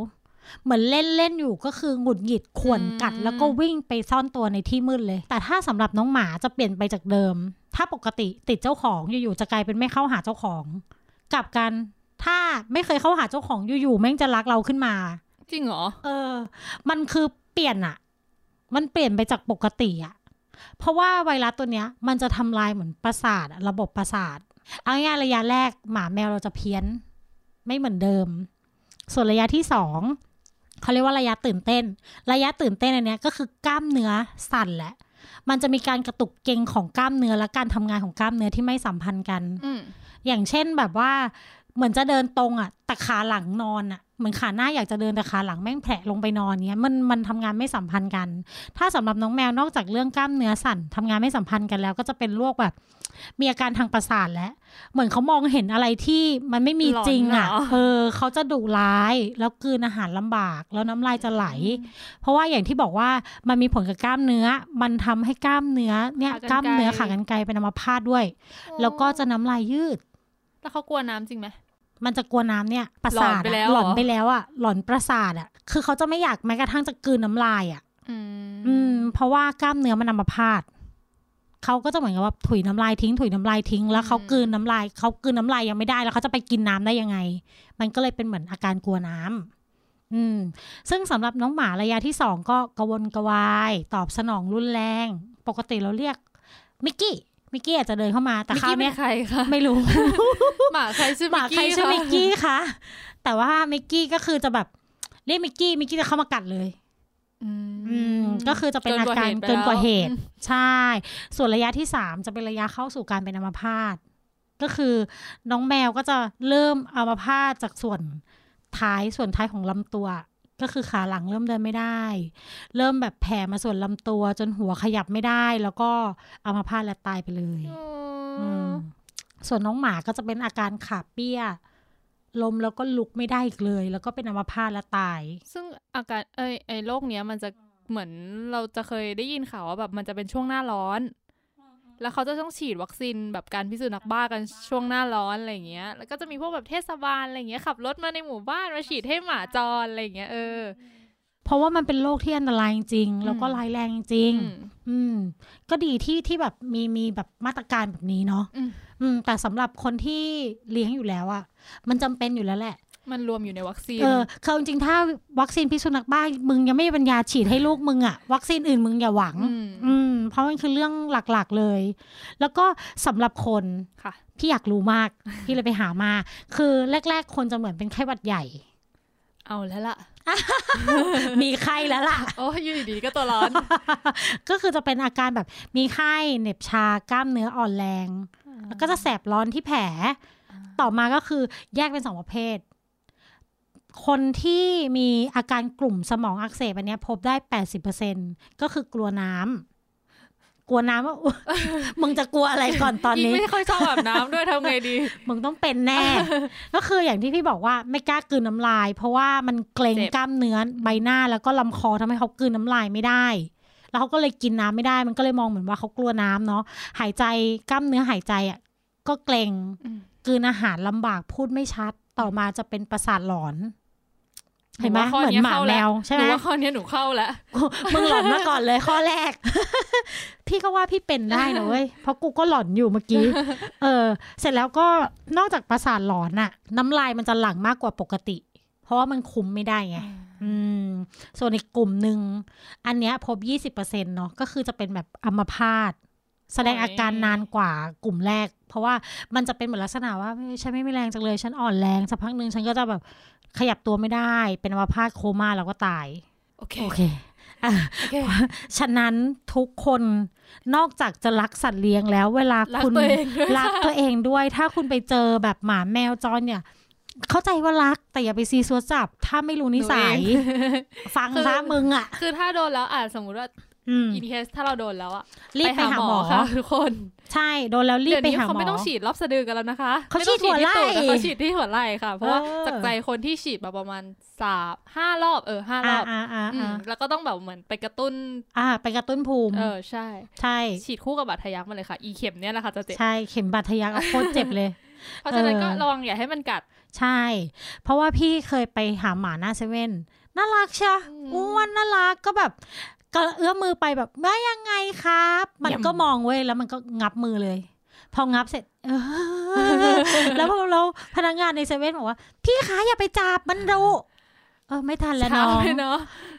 Speaker 2: เหมือนเล่นเล่นอยู่ก็คือหงุดหงิดข่วนกัด แล้วก็วิ่งไปซ่อนตัวในที่มืดเลย แต่ถ้าสำหรับน้องหมาจะเปลี่ยนไปจากเดิม ถ้าปกติติดเจ้าของอยู่ๆจะกลายเป็นไม่เข้าหาเจ้าของกลับกัน ถ้าไม่เคยเข้าหาเจ้าของอยู่ๆแม่งจะรักเราขึ้นมา
Speaker 3: จริงเหรอ
Speaker 2: เออ มันคือเปลี่ยนอะมันเปลี่ยนไปจากปกติอะเพราะว่าไวรัสตัวเนี้ย มันจะทำลายเหมือนประสาทอะระบบประสาท เอาง่ายๆระยะแรกหมาแมวเราจะเพี้ยน ไม่เหมือนเดิม ส่วนระยะที่สองเขาเรียกว่าระยะตื่นเต้น ระยะตื่นเต้นอันเนี้ยก็คือกล้ามเนื้อสั่นแหละ มันจะมีการกระตุกเกร็งของกล้ามเนื้อและการทำงานของกล้ามเนื้อที่ไม่สัมพันธ์กัน
Speaker 3: อืม
Speaker 2: อย่างเช่นแบบว่าเหมือนจะเดินตรงอ่ะแต่ขาหลังนอนอ่ะเหมือนขาหน้าอยากจะเดินแต่ขาหลังแม่งแผลลงไปนอนเงี้ยมันมันทำงานไม่สัมพันธ์กัน ถ้าสำหรับน้องแมวนอกจากเรื่องกล้ามเนื้อสั่นทำงานไม่สัมพันธ์กันแล้ว ก็จะเป็นโรคแบบ มีอาการทางประสาทและ เหมือนเขามองเห็นอะไรที่มันไม่มีจริงอ่ะเออเขาจะดุร้ายแล้วกลืนอาหารลำบาก แล้วน้ำลายจะไหล เพราะว่าอย่างที่บอกว่ามันมีผลกับกล้ามเนื้อ มันทำให้กล้ามเนื้อเนี่ยกล้ามเนื้อขากรรไกรเป็นอัมพาตด้วย แล้วก็จะน้ำลายยืด
Speaker 3: แล้วเขากลัวน้ำจริงไหม
Speaker 2: มันจะกลัวน้ำเนี่ยประสาทอะ
Speaker 3: ห
Speaker 2: หล
Speaker 3: ลอ
Speaker 2: อน น
Speaker 3: ไป
Speaker 2: ไป
Speaker 3: แล้
Speaker 2: แล้ว ว
Speaker 3: เหรอ
Speaker 2: อ่ะหลอนประสาทอ่ะคือเขาจะไม่อยากแม้กระทั่งจะกลืนน้ำลายอ่ะ
Speaker 3: อืม
Speaker 2: อืม เพราะว่ากล้ามเนื้อมันอัมพาตเขาก็จะเหมือนกับว่าถุยน้ำลายทิ้ง ถุยน้ำลายทิ้งแล้วเขากลืนน้ำลายเขากลืนน้ำลายยังไม่ได้แล้วเขาจะไปกินน้ำได้ยังไง มันก็เลยเป็นเหมือนอาการกลัวน้ำอืม ซึ่งสำหรับน้องหมาระยะที่สองก็กระวนกระวาย ตอบสนองรุนแรง ปกติเราเรียกมิกกี้มิกกี้อาจจะเดินเข้ามาแต่
Speaker 3: มิก
Speaker 2: คราว
Speaker 3: กี้เป็
Speaker 2: เนี้ย
Speaker 3: นใครคะ
Speaker 2: ไม่รู้
Speaker 3: หมาใครชื่อ
Speaker 2: ห
Speaker 3: มิ
Speaker 2: มากใคร
Speaker 3: กี้
Speaker 2: ชื่อ
Speaker 3: คะ
Speaker 2: มิกกี้คะ แต่ว่ามิกกี้ก็คือจะแบบเรียกมิกกี้มิกกี้จะเข้ามากัดเลย
Speaker 3: อื
Speaker 2: อืม
Speaker 3: ม
Speaker 2: ก็คือจะเป็นอาการเกินกว่าเหตุ
Speaker 3: ไปแล้
Speaker 2: ใช่ ส่วนระยะที่สามจะเป็นระยะเข้าสู่การเป็นอัมพาต ก็คือน้องแมวก็จะเริ่มอัมพาตจากส่วนท้ายส่วนท้ายของลำตัว ก็คือขาหลังเริ่มเดินไม่ได้ เริ่มแบบแผ่มาส่วนลำตัว จนหัวขยับไม่ได้ แล้วก็อัมพาตและตายไปเลย
Speaker 3: อื
Speaker 2: อื
Speaker 3: ม
Speaker 2: มส่วนน้องหมาก็จะเป็นอาการขาเปี้ย ลมแล้วก็ลุกไม่ได้อีกเลย แล้วก็เป็นอัมพาตและตาย
Speaker 3: ซึ่งอาการเอ้ยไอ้โรคเนี้ยมันจะเหมือนเราจะเคยได้ยินข่าวว่าแบบมันจะเป็นช่วงหน้าร้อน แล้วเขาจะต้องฉีดวัคซีนแบบการพิษสุนัขบ้ากันช่วงหน้าร้อนอะไรอย่างเงี้ย แล้วก็จะมีพวกแบบเทศบาลอะไรอย่างเงี้ยขับรถมาในหมู่บ้านมาฉีดให้หมาจรอะไรอย่างเงี้ยเออ
Speaker 2: เพราะว่ามันเป็นโรคที่อันตรายจริงๆแล้วก็
Speaker 3: อืม
Speaker 2: ร้ายแรงจริง
Speaker 3: อื
Speaker 2: ๆ
Speaker 3: ม
Speaker 2: อืม ก็ดีที่ที่แบบมีมีแบบมาตรการแบบนี้เนาะ
Speaker 3: อืม
Speaker 2: อืม แต่สำหรับคนที่เลี้ยงอยู่แล้วอะ่ะ มันจำเป็นอยู่แล้วแหละ
Speaker 3: มันรวมอยู่ในวัคซีน
Speaker 2: เออคือจริงๆถ้าวัคซีนพิษสุนัขบ้ามึงยังไม่มีปัญญาฉีดให้ลูกมึงอะ่ะ วัคซีนอื่นมึงอย่าหวัง
Speaker 3: อืม
Speaker 2: อืม เพราะมันคือเรื่องหลักๆเลย แล้วก็สำหรับคน
Speaker 3: ค่ะ
Speaker 2: พี่อยากรู้มาก พี่เลยไปหามา คือแรก ๆ คนจะเหมือนเป็นไข้หวัดใหญ่ [laughs]
Speaker 3: เอาแล้วล่ะ
Speaker 2: มีไข้แล้วล่ะ [laughs]
Speaker 3: โอ้ยอยู่ดีๆก็ตัวร้อน
Speaker 2: ก็คือจะเป็นอาการแบบมีไข้เหน็บชากล้ามเนื้ออ่อนแรง แล้วก็จะแสบร้อนที่แผล ต่อมาก็คือแยกเป็นสองประเภท คนที่มีอาการกลุ่มสมองอักเสบอันเนี้ยพบได้ 80%ก็คือกลัวน้ำกลัวน้ำว่าอุ๊ [laughs] ยมึงจะกลัวอะไรก่อนตอน
Speaker 3: ยิ่ง
Speaker 2: นี้
Speaker 3: ไม่ค่อยชอบอาบน้ำด้วยทำไงดี
Speaker 2: มึงต้องเป็นแน่ ก็คืออย่างที่พี่บอกว่าไม่กล้ากลืนน้ำลาย เพราะว่ามันเกรง
Speaker 3: เจ็บ
Speaker 2: กล้ามเนื้อใบหน้าแล้วก็ลำคอทำให้เขากลืนน้ำลายไม่ได้ แล้วเขาก็เลยกินน้ำไม่ได้ มันก็เลยมองเหมือนว่าเขากลัวน้ำเนาะหายใจกล้ามเนื้อหายใจอ่ะก็เกรง
Speaker 3: อืม
Speaker 2: กลืนอาหารลำบากพูดไม่ชัด ต่อมาจะเป็นประสาทหลอน เห็นไหม
Speaker 3: นูว่าข้
Speaker 2: เหมือน
Speaker 3: ย
Speaker 2: หมา
Speaker 3: ข้
Speaker 2: แม
Speaker 3: ล้ว
Speaker 2: ใช่
Speaker 3: ห
Speaker 2: ไหม
Speaker 3: นูว่าข้อเนี้ยหนูเข้าแล้ว
Speaker 2: [laughs] มึงหลอนมาก่อนเลยข้อแรก [laughs] พี่ก็ว่าพี่เป็นได้นะเว้ย เพราะกูก็หลอนอยู่เมื่อกี้ เออ เสร็จแล้วก็นอกจากประสาทหลอนน่ะ น้ำลายมันจะหลั่งมากกว่าปกติ เพราะว่ามันคุมไม่ได้ไง อืม ส่วนอีกกลุ่มหนึ่ง อันเนี้ยพบ 20%เนาะก็คือจะเป็นแบบอัมพาตแสดง
Speaker 3: โอ้ย
Speaker 2: อาการนานกว่ากลุ่มแรก เพราะว่ามันจะเป็นเหมือนลักษณะว่าเฮ้ยฉันไม่มีแรงจังเลย ฉันอ่อนแรงสักพักหนึ่งฉันก็จะแบบขยับตัวไม่ได้ เป็นอัมพาตโคม่าแล้วก็ตาย
Speaker 3: โอเค
Speaker 2: โอเค อ่ะฉะนั้นทุกคนนอกจากจะรักสัตว์เลี้ยงแล้วเวลา
Speaker 3: รัก
Speaker 2: คุณ
Speaker 3: ตัวเองด้วย
Speaker 2: รักตัวเองด้วย ถ้าคุณไปเจอแบบหมาแมวจรเนี่ย เข้าใจว่ารัก แต่อย่าไปซีซัวจับ ถ้าไม่รู้นิสัย
Speaker 3: หเอง [laughs]
Speaker 2: ฟัง
Speaker 3: คือ
Speaker 2: ซะมึงอ่ะ
Speaker 3: คือถ้าโดนแล้วอ่ะสมมติว่า
Speaker 2: อืม
Speaker 3: อินเคสถ้าเราโดนแล้วอ่ะ
Speaker 2: รีบไปหาหมอ
Speaker 3: ค่ะทุกคน
Speaker 2: ใช่ โดนแล้วรีบ
Speaker 3: เดี๋ยว
Speaker 2: ไป
Speaker 3: นี้
Speaker 2: หาหมอ
Speaker 3: เขาไม่ต้องฉีดรอบสะดือกันแล้วนะคะ
Speaker 2: เขา
Speaker 3: ม่ต้อง
Speaker 2: ฉีดหัวไหล่
Speaker 3: ที่ตูดแต่เขาฉีดที่หัวไหล่ค่ะ เพราะว่า
Speaker 2: เออ
Speaker 3: จากใจคนที่ฉีดมาประมาณสามห้ารอบเออห้าร
Speaker 2: อ่า
Speaker 3: อบ
Speaker 2: อ่าอ่า
Speaker 3: อื
Speaker 2: อ่าม
Speaker 3: แล้วก็ต้องแบบเหมือนไปกระตุ้น
Speaker 2: อ่าไปกระตุ้นภูมิ
Speaker 3: เออใช่
Speaker 2: ใช่
Speaker 3: ฉีดคู่กับบาดทะยักมาเลยค่ะ อีเข็มเนี่ยแหละค่ะจะเจ็บ
Speaker 2: ใช่เข็มบาดทะยักอะโคตรเจ็บเลย
Speaker 3: เพราะฉะนั้นก็
Speaker 2: เออ
Speaker 3: ระวังอย่าให้มันกัด
Speaker 2: ใช่ เพราะว่าพี่เคยไปหาหมาหน้าเซเว่นน่ารักเชียว
Speaker 3: อืม
Speaker 2: อ้วนน่ารักก็แบบก็เอื้อมมือไปแบบว่ายังไงครับ มัน
Speaker 3: ยำ
Speaker 2: ก็มองเว้ยแล้วมันก็งับมือเลย พองับเสร็จเอ [laughs] อแล้วพอเราพนักงานในเซเว่นบอกว่า พี่คะอย่าไปจับมันรู้เออไม่ทันแล้วน้
Speaker 3: เช้า
Speaker 2: อง
Speaker 3: เลยเนาะ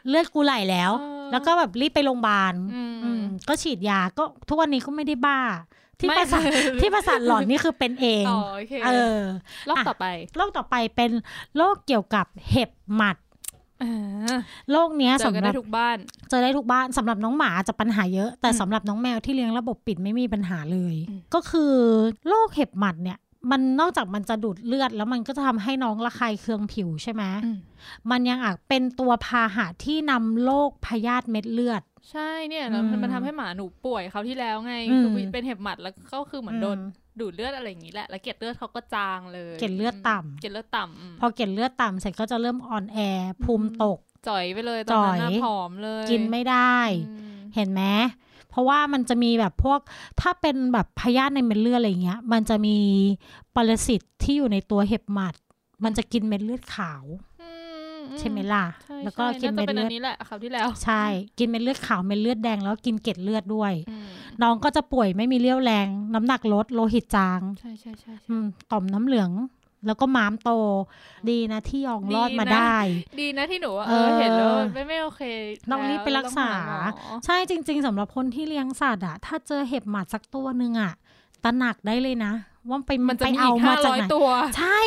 Speaker 2: เลือดกูไหลแล้ว
Speaker 3: เออ
Speaker 2: แล้วก็แบบรีบไปโรงพยาบาล
Speaker 3: อืม
Speaker 2: อืมก็ฉีดยาก็ทุกวันนี้ก็ไม่ได้บ้า ที่
Speaker 3: ไม่
Speaker 2: ประ
Speaker 3: [laughs]
Speaker 2: สาทที่ประสาทหลอนนี่คือเป็นเอง
Speaker 3: อ๋อโอเค
Speaker 2: เออ
Speaker 3: รอบต่อไป
Speaker 2: โรคต่อไปเป็นโรคเกี่ยวกับเห็บหมัด
Speaker 3: อ่า
Speaker 2: โรคเนี้ย
Speaker 3: เจอ
Speaker 2: สำ
Speaker 3: กัน
Speaker 2: หรั
Speaker 3: ได้
Speaker 2: บ
Speaker 3: ทุกบ้าน
Speaker 2: เจอได้ทุกบ้านสำหรับน้องหมาจะปัญหาเยอะ แต่
Speaker 3: อืม
Speaker 2: สำหรับน้องแมวที่เลี้ยงระบบปิดไม่มีปัญหาเลย
Speaker 3: อืม
Speaker 2: ก็คือโรคเห็บหมัดเนี่ย มันนอกจากมันจะดูดเลือด แล้วมันก็จะทำให้น้องระคายเคืองผิวใช่ไหม
Speaker 3: อืม
Speaker 2: มันยังอาจเป็นตัวพาหะที่นำโรคพยาธิเม็ดเลือด
Speaker 3: ใช่เนี่ยแล้ว
Speaker 2: อืม
Speaker 3: มันทำให้หมาหนูป่วยเขาวที่แล้วไง
Speaker 2: อืม
Speaker 3: คือเป็นเห็บหมัดแล้วก็คือเหมือนโดน
Speaker 2: ม
Speaker 3: ดูดเลือดอะไรอย่างนี้แหละแล้วเกล็ดเลือดเขาก็จางเลย
Speaker 2: เกล็ดเลือดต่ำ
Speaker 3: เกล็ดเลือดต่ำอืม
Speaker 2: พอเกล็ดเลือดต่ำเสร็จก็จะเริ่มอ่อนแอภูมิตก
Speaker 3: จ่อยไปเลยตอนนั้น
Speaker 2: จ่
Speaker 3: น่ะ
Speaker 2: อย
Speaker 3: ผอมเลย
Speaker 2: กินไม่ได้
Speaker 3: อืม
Speaker 2: เห็นไหม เพราะว่ามันจะมีแบบพวกถ้าเป็นแบบพยาธิในเม็ดเลือดอะไรอย่างเงี้ย มันจะมีปรสิตที่อยู่ในตัวเห็บหมัด มันจะกินเม็ดเลือดขาว
Speaker 3: อืม
Speaker 2: ใช่ไหมล่ะ
Speaker 3: ใช่
Speaker 2: แล้วก็
Speaker 3: ใช่
Speaker 2: กินเม็ด
Speaker 3: าจะป็
Speaker 2: เลือด
Speaker 3: นนี้แหละคราวที่แล้ว
Speaker 2: ใช่ กินเม็ดเลือดขาวเม็ดเลือดแดงแล้วกินเกล็ดเลือดด้วย
Speaker 3: อืม
Speaker 2: น้องก็จะป่วยไม่มีเรี่ยวแรง น้ำหนักลดโลหิตจาง
Speaker 3: ใช่ใช่ใช่ใช่
Speaker 2: อืมต่อมน้ำเหลือง แล้วก็ม้ามโต ดีนะที่ยองรอดมา
Speaker 3: ดีนะ
Speaker 2: ได้
Speaker 3: ดีนะที่หนูว่า
Speaker 2: เอ
Speaker 3: เอ
Speaker 2: อ
Speaker 3: อเห็นแล้วไม่ไม่โอเค
Speaker 2: ต้องรีบไปรักษา
Speaker 3: แล้วต้องหหมอ
Speaker 2: ใช่จริง ๆสำหรับคนที่เลี้ยงสัตว์อะถ้าเจอเห็บหมัดสักตัวหนึ่งอะตระหนักได้เลยนะ ว่าไป
Speaker 3: มันจะ
Speaker 2: ไป
Speaker 3: มี
Speaker 2: เอา
Speaker 3: อีก
Speaker 2: มา
Speaker 3: ห้า
Speaker 2: จาก
Speaker 3: ร้อย
Speaker 2: ไหน
Speaker 3: ตัว
Speaker 2: ใช่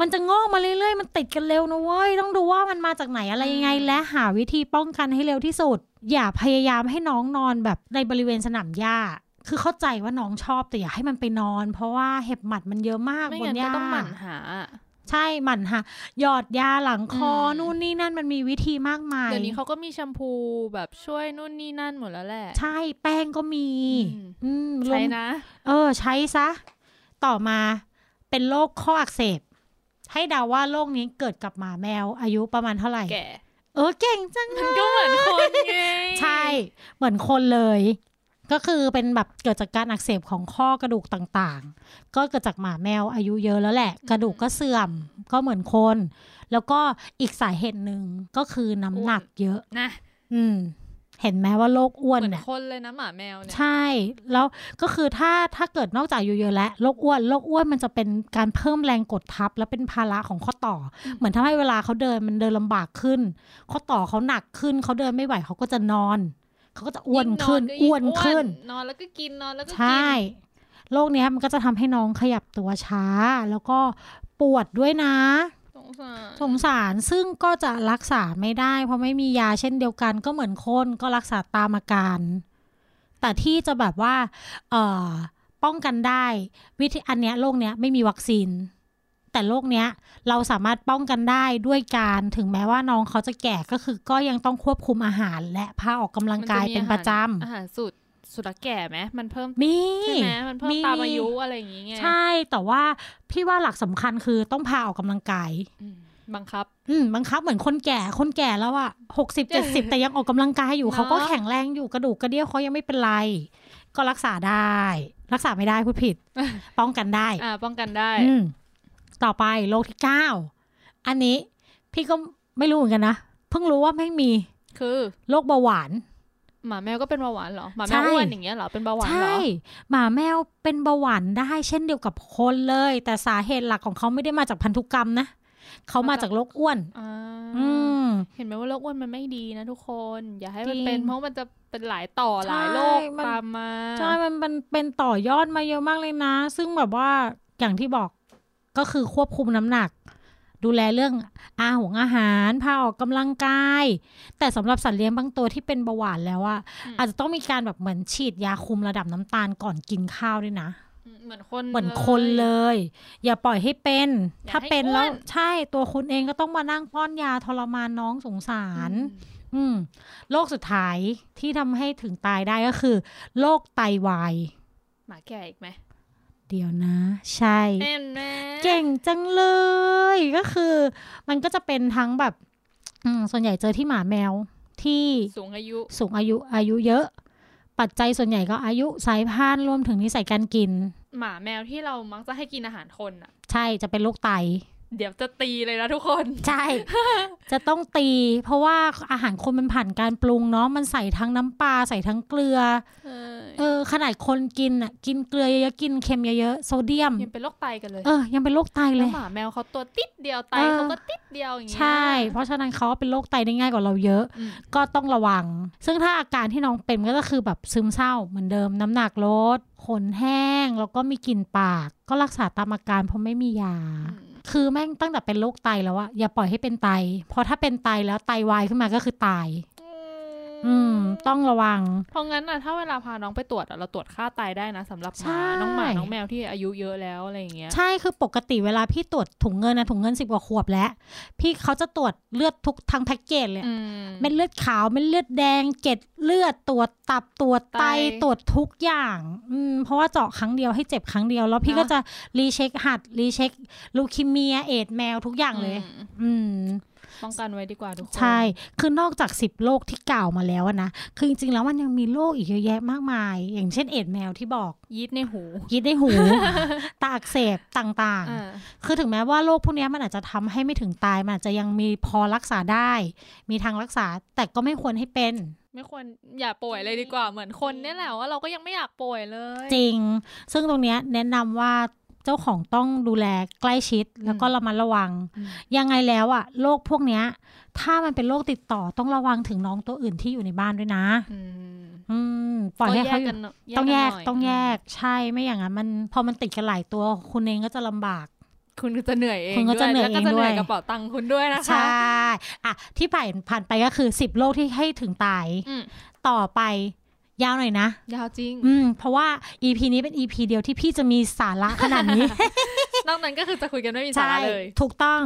Speaker 2: มันจะงอกมาเรื่อยๆ มันติดกันเร็วนะเว้ย ต้องดูว่ามันมาจากไหนอะไรยังไง
Speaker 3: อืม
Speaker 2: และหาวิธีป้องกันให้เร็วที่สุด อย่าพยายามให้น้องนอนแบบในบริเวณสนามหญ้า คือเข้าใจว่าน้องชอบแต่อย่าให้มันไปนอน เพราะว่าเห็บหมัดมันเยอะมาก
Speaker 3: ไม่
Speaker 2: บ
Speaker 3: งั้
Speaker 2: นห
Speaker 3: นก็
Speaker 2: ญ้า
Speaker 3: ต้องหมั่นหา
Speaker 2: ใช่หมันค่ะ หยอดยาหลังคออ
Speaker 3: ม
Speaker 2: นู่นนี่นั่นมันมีวิธีมากมาย
Speaker 3: เดี๋ยวนี้เขาก็มีแชมพูแบบช่วยนู่นนี่นั่นหมดแล้วแหละ
Speaker 2: ใช่แป้งก็มี
Speaker 3: อืม
Speaker 2: อืมรวม
Speaker 3: ใช่นะ
Speaker 2: เออ ใช้ซะ ต่อมาเป็นโรคข้ออักเสบ ให้เดาว่าโรคนี้เกิดกับหมาแมวอายุประมาณเท่าไหร่
Speaker 3: แก่
Speaker 2: เออเก่งจัง
Speaker 3: มันก็เหมือนคนไง
Speaker 2: ใช่ เหมือนคนเลย ก็คือเป็นแบบเกิดจากการอักเสบของข้อกระดูกต่างๆ ก็เกิดจากหมาแมวอายุเยอะแล้วแหละ กระดูกก็เสื่อมก็เหมือนคน แล้วก็อีกสาเหตุหนึ่งก็คือน้ำหนักเยอะ
Speaker 3: นะ
Speaker 2: อืม เห็นไหมว่าโรคอ้วน
Speaker 3: เหมือน
Speaker 2: เนี่ย
Speaker 3: คนเลยนะหมาแมวเนี่ย
Speaker 2: ใช่ แล้วก็คือถ้าถ้าเกิดนอกจากอยู่เยอะแล้วโรคอ้วนโรคอ้วนมันจะเป็นการเพิ่มแรงกดทับ และเป็นภาระของข้อต่อ เหมือนทำให้เวลาเขาเดินมันเดินลำบากขึ้น ข้อต่อเขาหนักขึ้น เขาเดินไม่ไหวเขาก็จะนอน เขาก็จะอ้วน
Speaker 3: ยิ่ง
Speaker 2: ขึ้น
Speaker 3: ก็ยิ่ง
Speaker 2: อ้วนขึ้น
Speaker 3: นอนแล้วก็กินนอนแล้วก็
Speaker 2: ใช
Speaker 3: กิน่
Speaker 2: โรคเนี้ยมันก็จะทำให้น้องขยับตัวช้า แล้วก็ปวดด้วยนะ
Speaker 3: สงสาร
Speaker 2: สงสารซึ่งก็จะรักษาไม่ได้ เพราะไม่มียาเช่นเดียวกันก็เหมือนคนก็รักษาตามอาการ แต่ที่จะแบบว่าเอ่อป้องกันได้วิธีอันเนี้ยโรคเนี้ยไม่มีวัคซีน แต่โรคเนี้ยเราสามารถป้องกันได้ด้วยการถึงแม้ว่าน้องเขาจะแก่ก็คือก็ยังต้องควบคุมอาหาร และพาออกกำลังกายเป็นประจำ
Speaker 3: อาหารอาหารสุดสุดละแก่ไหมมันเพิ่ม
Speaker 2: มี
Speaker 3: ใช่ไหมมันเพิ่ม
Speaker 2: มี
Speaker 3: ตามอายุอะไรอย่างงี้ไง
Speaker 2: ใช่ แต่ว่าพี่ว่าหลักสำคัญคือต้องพาออกกำลังกาย
Speaker 3: อืมบังคับ
Speaker 2: อืมบังคับเหมือนคนแก่คนแก่แล้วอะหกสิบเจ็ดสิบแต่ยังออกกำลังกายอยู่
Speaker 3: เนอะ
Speaker 2: เขาก็แข็งแรงอยู่กระดูกกระเดี้ยวเขายังไม่เป็นไร ก็รักษาได้ รักษาไม่ได้พูด
Speaker 3: [laughs]
Speaker 2: ผิด ป้องกันได้
Speaker 3: อ่าป้องกันได้
Speaker 2: อืมต่อไปโรคที่เก้าอันนี้พี่ก็ไม่รู้เหมือนกันนะ เพิ่งรู้ว่าแม่งมี
Speaker 3: คือ
Speaker 2: โรคเบาหวาน
Speaker 3: หมาแมวก็เป็นเบาหวานเหรอหมาแม
Speaker 2: ใช่
Speaker 3: วอ้วนอย่างเงี้ยเหรอเป็นเบาหวานเหร
Speaker 2: ใช่
Speaker 3: อ
Speaker 2: หมาแมวเป็นเบาหวานได้เช่นเดียวกับคนเลย แต่สาเหตุหลักของเขาไม่ได้มาจากพันธุกรรมนะเขามาจากโรคอ้วน
Speaker 3: อ่า
Speaker 2: อืม
Speaker 3: เห็นไหมว่าโรคอ้วนมันไม่ดีนะทุกคน อย่าให้มัน
Speaker 2: จริง
Speaker 3: เป็นเพราะมันจะเป็นหลายต่อหลายโรค
Speaker 2: ใช่มัน
Speaker 3: ตามมา
Speaker 2: ใช่ มันมันเป็นต่อยอดมาเยอะมากเลยนะ ซึ่งแบบว่าอย่างที่บอกก็คือควบคุมน้ำหนัก ดูแลเรื่องอาหงอาหารพาออกกำลังกาย แต่สำหรับสัตว์เลี้ยงบางตัวที่เป็นเบาหวานแล้วอะ
Speaker 3: อืม
Speaker 2: อาจจะต้องมีการแบบเหมือนฉีดยาคุมระดับน้ำตาลก่อนกินข้าวด้วยนะ
Speaker 3: เหมือนคน
Speaker 2: เหมือนคน
Speaker 3: ย
Speaker 2: เลย อย่าปล่อยให้เป็น
Speaker 3: อย่าให้
Speaker 2: ถ้าเป็นแล้ว
Speaker 3: อ้วน
Speaker 2: ใช่ตัวคุณเองก็ต้องมานั่งป้อนยาทรมานน้องสงสาร อืมโรคสุดท้ายที่ทำให้ถึงตายได้ก็คือโรคไตวาย
Speaker 3: หมาแก่อีกไหม
Speaker 2: เดี๋ยวนะ ใช่
Speaker 3: เอ็นไหม
Speaker 2: เก่งจังเลย ก็คือ มันก็จะเป็นทั้งแบบอืมส่วนใหญ่เจอที่หมาแมวที่
Speaker 3: สูงอายุ
Speaker 2: สูงอายุอายุเยอะ ปัจจัยส่วนใหญ่ก็อายุสายพันธุ์รวมถึงนิสัยการกิน
Speaker 3: หมาแมวที่เรามักจะให้กินอาหารคนอ่ะ
Speaker 2: ใช่จะเป็นโรคไต
Speaker 3: เดี๋ยวจะตีเลยนะทุกคน
Speaker 2: ใช่
Speaker 3: [laughs]
Speaker 2: จะต้องตี เพราะว่าอาหารคนมันผ่านการปรุงเนาะมันใส่ทั้งน้ำปลาใส่ทั้งเกลือ เออ ขนาดคนกินอ่ะ กินเกลือเยอะๆกินเค็มเยอะๆโซเดียม
Speaker 3: ยังเป็นโรคไตกันเลย
Speaker 2: เออ ยังเป็นโรคไตเล
Speaker 3: แล้ว
Speaker 2: ย
Speaker 3: หมาแมวเขาตัวติดเดียวไต
Speaker 2: เออ
Speaker 3: เขาก็ติดเดียวอย่างเงี้ย
Speaker 2: ใช่ เพราะฉะนั้นเขาเป็นโรคไตได้ง่ายกว่าเราเยอะ
Speaker 3: อืม
Speaker 2: ก็ต้องระวัง ซึ่งถ้าอาการที่น้องเป็นก็คือแบบซึมเศร้าเหมือนเดิม น้ำหนักลดขนแห้ง แล้วก็มีกลิ่นปาก ก็รักษาตามอาการเพราะไม่มียา คือแม่งตั้งแต่เป็นโรคไตแล้วอะอย่าปล่อยให้เป็นไต เพราะถ้าเป็นไตแล้วไตวายขึ้นมาก็คือตาย อืม ต้องระวัง
Speaker 3: เพราะงั้นอ่ะถ้าเวลาพาน้องไปตรวจอะเราตรวจค่าไตได้นะสำหรับห
Speaker 2: ใช่
Speaker 3: มาน้องหมาน้องแมวที่อายุเยอะแล้วอะไรอย่างเงี้ย
Speaker 2: ใช่คือปกติเวลาพี่ตรวจถุงเงินนะถุงเงินสิบกว่าขวบแล้ว พี่เขาจะตรวจเลือดทุกทั้งแพ็กเกจเลย
Speaker 3: อืม
Speaker 2: เม็ดเลือดขาวเม็ดเลือดแดงเกล็ดเลือดตรวจตับตรวจไต
Speaker 3: ไต
Speaker 2: ตรวจทุกอย่างอืมเพราะว่าเจาะครั้งเดียวให้เจ็บครั้งเดียว แล้วพี่
Speaker 3: เนอะ
Speaker 2: ก็จะรีเช็คหัดรีเช็คลูคิเมียเอดแมวทุกอย่างเลย
Speaker 3: อืม
Speaker 2: อืม
Speaker 3: ป้องกันไว้ดีกว่าทุกคน
Speaker 2: ใช่ คือนอกจากสิบโรคที่กล่าวมาแล้วอะนะ คือจริงๆแล้วมันยังมีโรคอีกเยอะแยะมากมาย อย่างเช่นเอดส์แมวที่บอก
Speaker 3: ยีดในหู
Speaker 2: ยิดในหู
Speaker 3: [laughs]
Speaker 2: ตาอักเสบต่าง
Speaker 3: อ่า
Speaker 2: ๆ คือถึงแม้ว่าโรคพวกเนี้ยมันอาจจะทำให้ไม่ถึงตาย มันอาจจะยังมีพอรักษาได้ มีทางรักษา แต่ก็ไม่ควรให้เป็น
Speaker 3: ไม่ควรอย่าป่วยเลยดีกว่าเหมือนคนเนี่ยแหละว่าเราก็ยังไม่อยากป่วยเลย
Speaker 2: จริง ซึ่งตรงเนี้ยแนะนำว่าเจ้าของต้องดูแลใกล้ชิด แล้วก็ระมัดระวัง
Speaker 3: อืม
Speaker 2: ยังไงแล้วอะโรคพวกเนี้ย ถ้ามันเป็นโรคติดต่อต้องระวังถึงน้องตัวอื่นที่อยู่ในบ้านด้วยนะ
Speaker 3: อืม
Speaker 2: อืม ปล่อยให้เขาอยู่
Speaker 3: น
Speaker 2: ต้องแยก
Speaker 3: นหน่
Speaker 2: ต้องแยกใช่ไม่อย่างนั้นมันพอมันติดกันหลายตัวคุณเองก็จะลำบาก
Speaker 3: คุณก็จะเหนื่อยเอง
Speaker 2: คุณก็จะเหนื่อย
Speaker 3: แล้วก็จะเหนื่อย
Speaker 2: เองด้วย
Speaker 3: กระเป๋าตังค์คุณด้วยนะคะ
Speaker 2: ใช่อ่ะที่ผ่านผ่านไปก็คือ 10 โรคที่ให้ถึงตาย
Speaker 3: อืม
Speaker 2: ต่อไปยาวหน่อยนะ
Speaker 3: ยาวจริง
Speaker 2: อืม เพราะว่า EP นี้เป็น EP เดียวที่พี่จะมีสาระขนาดนี้
Speaker 3: นอกนั้นก็คือจะคุยกันไม่มีสาระเลย
Speaker 2: ถูกต้อง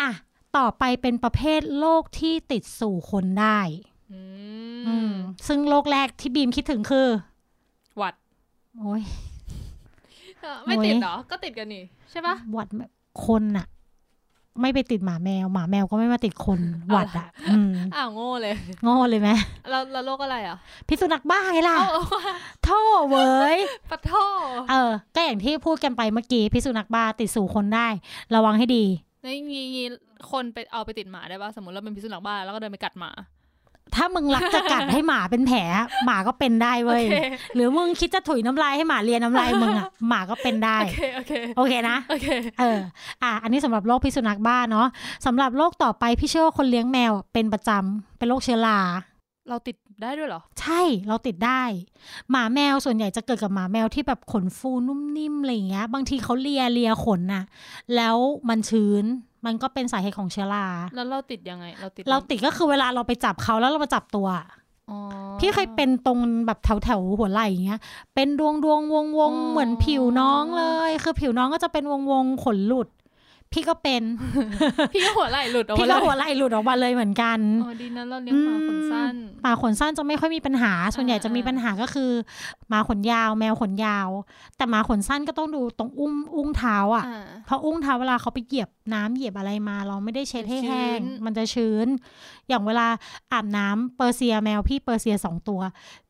Speaker 2: อ่ะ ต่อไปเป็นประเภทโรคที่ติดสู่คนได้
Speaker 3: อื
Speaker 2: อื
Speaker 3: ม
Speaker 2: ม ซึ่งโรคแรกที่บีมคิดถึงคือ
Speaker 3: หวัด
Speaker 2: โอ้ย
Speaker 3: เอ่อไม่ติดเหรอ ก็ติดกันนี่ใช่ปะ
Speaker 2: หวัดแบบคนน่ะ ไม่ไปติดหมาแมว หมาแมวก็ไม่มาติดคนหวัดอ่ะ อืม
Speaker 3: อ้าวโง่เลย
Speaker 2: โง่เลยไหม
Speaker 3: แล้วแล้วโรคอะไรอ่ะ
Speaker 2: พิษสุนักบ้าไงล่ะ
Speaker 3: เอ้าเอาว่า
Speaker 2: โท่เว้
Speaker 3: [laughs]
Speaker 2: ย
Speaker 3: ปะท่อ
Speaker 2: เออ ก็อย่างที่พูดกันไปเมื่อกี้พิษสุนักบ้าติดสู่คนได้ ระวังให้ดี
Speaker 3: แล้วอย่างงี้คนไปเอาไปติดหมาได้ปะสมมติเราเป็นพิษสุนัขบ้าแล้วก็เดินไปกัดหมา
Speaker 2: ถ้ามึงรักจะกัดให้หมาเป็นแผล หมาก็เป็นได้
Speaker 3: โอ
Speaker 2: เว้ย
Speaker 3: เค
Speaker 2: [laughs] หรือมึงคิดจะถุยน้ำลายให้หมาเลียน้ำลายมึง
Speaker 3: [laughs]
Speaker 2: อ่ะหมาก็เป็นได้
Speaker 3: โอเคโอเค
Speaker 2: โอเคนะ
Speaker 3: โอเค
Speaker 2: เออ อ่ะ อันนี้สำหรับโรคพิษสุนัขบ้าเนาะสำหรับโรคต่อไปพี่เชื่อว่าคนเลี้ยงแมวอ่ะเป็นประจำเป็นโรคเชื้อรา
Speaker 3: เราติดได้ด้วยเหรอ
Speaker 2: ใช่เราติดได้ หมาแมวส่วนใหญ่จะเกิดกับหมาแมวที่แบบขนฟูนุ่มนิ่มอะไรอย่างเงี้ย บางทีเขาเลียเลียขนน่ะ แล้วมันชื้น มันก็เป็นสาเหตุของเชื้อรา
Speaker 3: [laughs] แล้วเราติดยังไง เราติด
Speaker 2: เราติดก็คือเวลาเราไปจับเขาแล้วเรามาจับตัว
Speaker 3: อ๋อ
Speaker 2: พี่เคยเป็นตรงแบบแถวแถวๆหัวไหล่อย่างเงี้ย เป็นดวงดวงวงว
Speaker 3: อ๋
Speaker 2: ง
Speaker 3: อ
Speaker 2: ๆเหมือนผิวน้องเลย คือผิวน้องก็จะเป็นวงวงๆขนหลุด พี่ก็
Speaker 3: [laughs]
Speaker 2: เป็น
Speaker 3: พี่ก็หัวไหล่หลุดออก
Speaker 2: พี่
Speaker 3: มา
Speaker 2: ก็
Speaker 3: แล้ว
Speaker 2: หัวไหล่หลุดออกมาเลยเหมือนกัน
Speaker 3: อ๋อดีนะเราเลี้ยงหมาขนสั้น
Speaker 2: หมาขนสั้นจะไม่ค่อยมีปัญหา ส่วนใหญ่จะมีปัญหาก็คือหมาขนยาว แมวขนยาว แต่หมาขนสั้นก็ต้องดูตรงอุ้มอุ้งเท้าอ่ะ
Speaker 3: อ่า
Speaker 2: เพราะอุ้งเท้าเวลาเขาไปเหยียบน้ำเหยียบอะไรมา เราไม่ได้เช็ดให้แห้ง
Speaker 3: ชื้น
Speaker 2: มันจะชื้น อย่างเวลาอาบน้ำเปอร์เซียแมวพี่เปอร์เซียสองตัว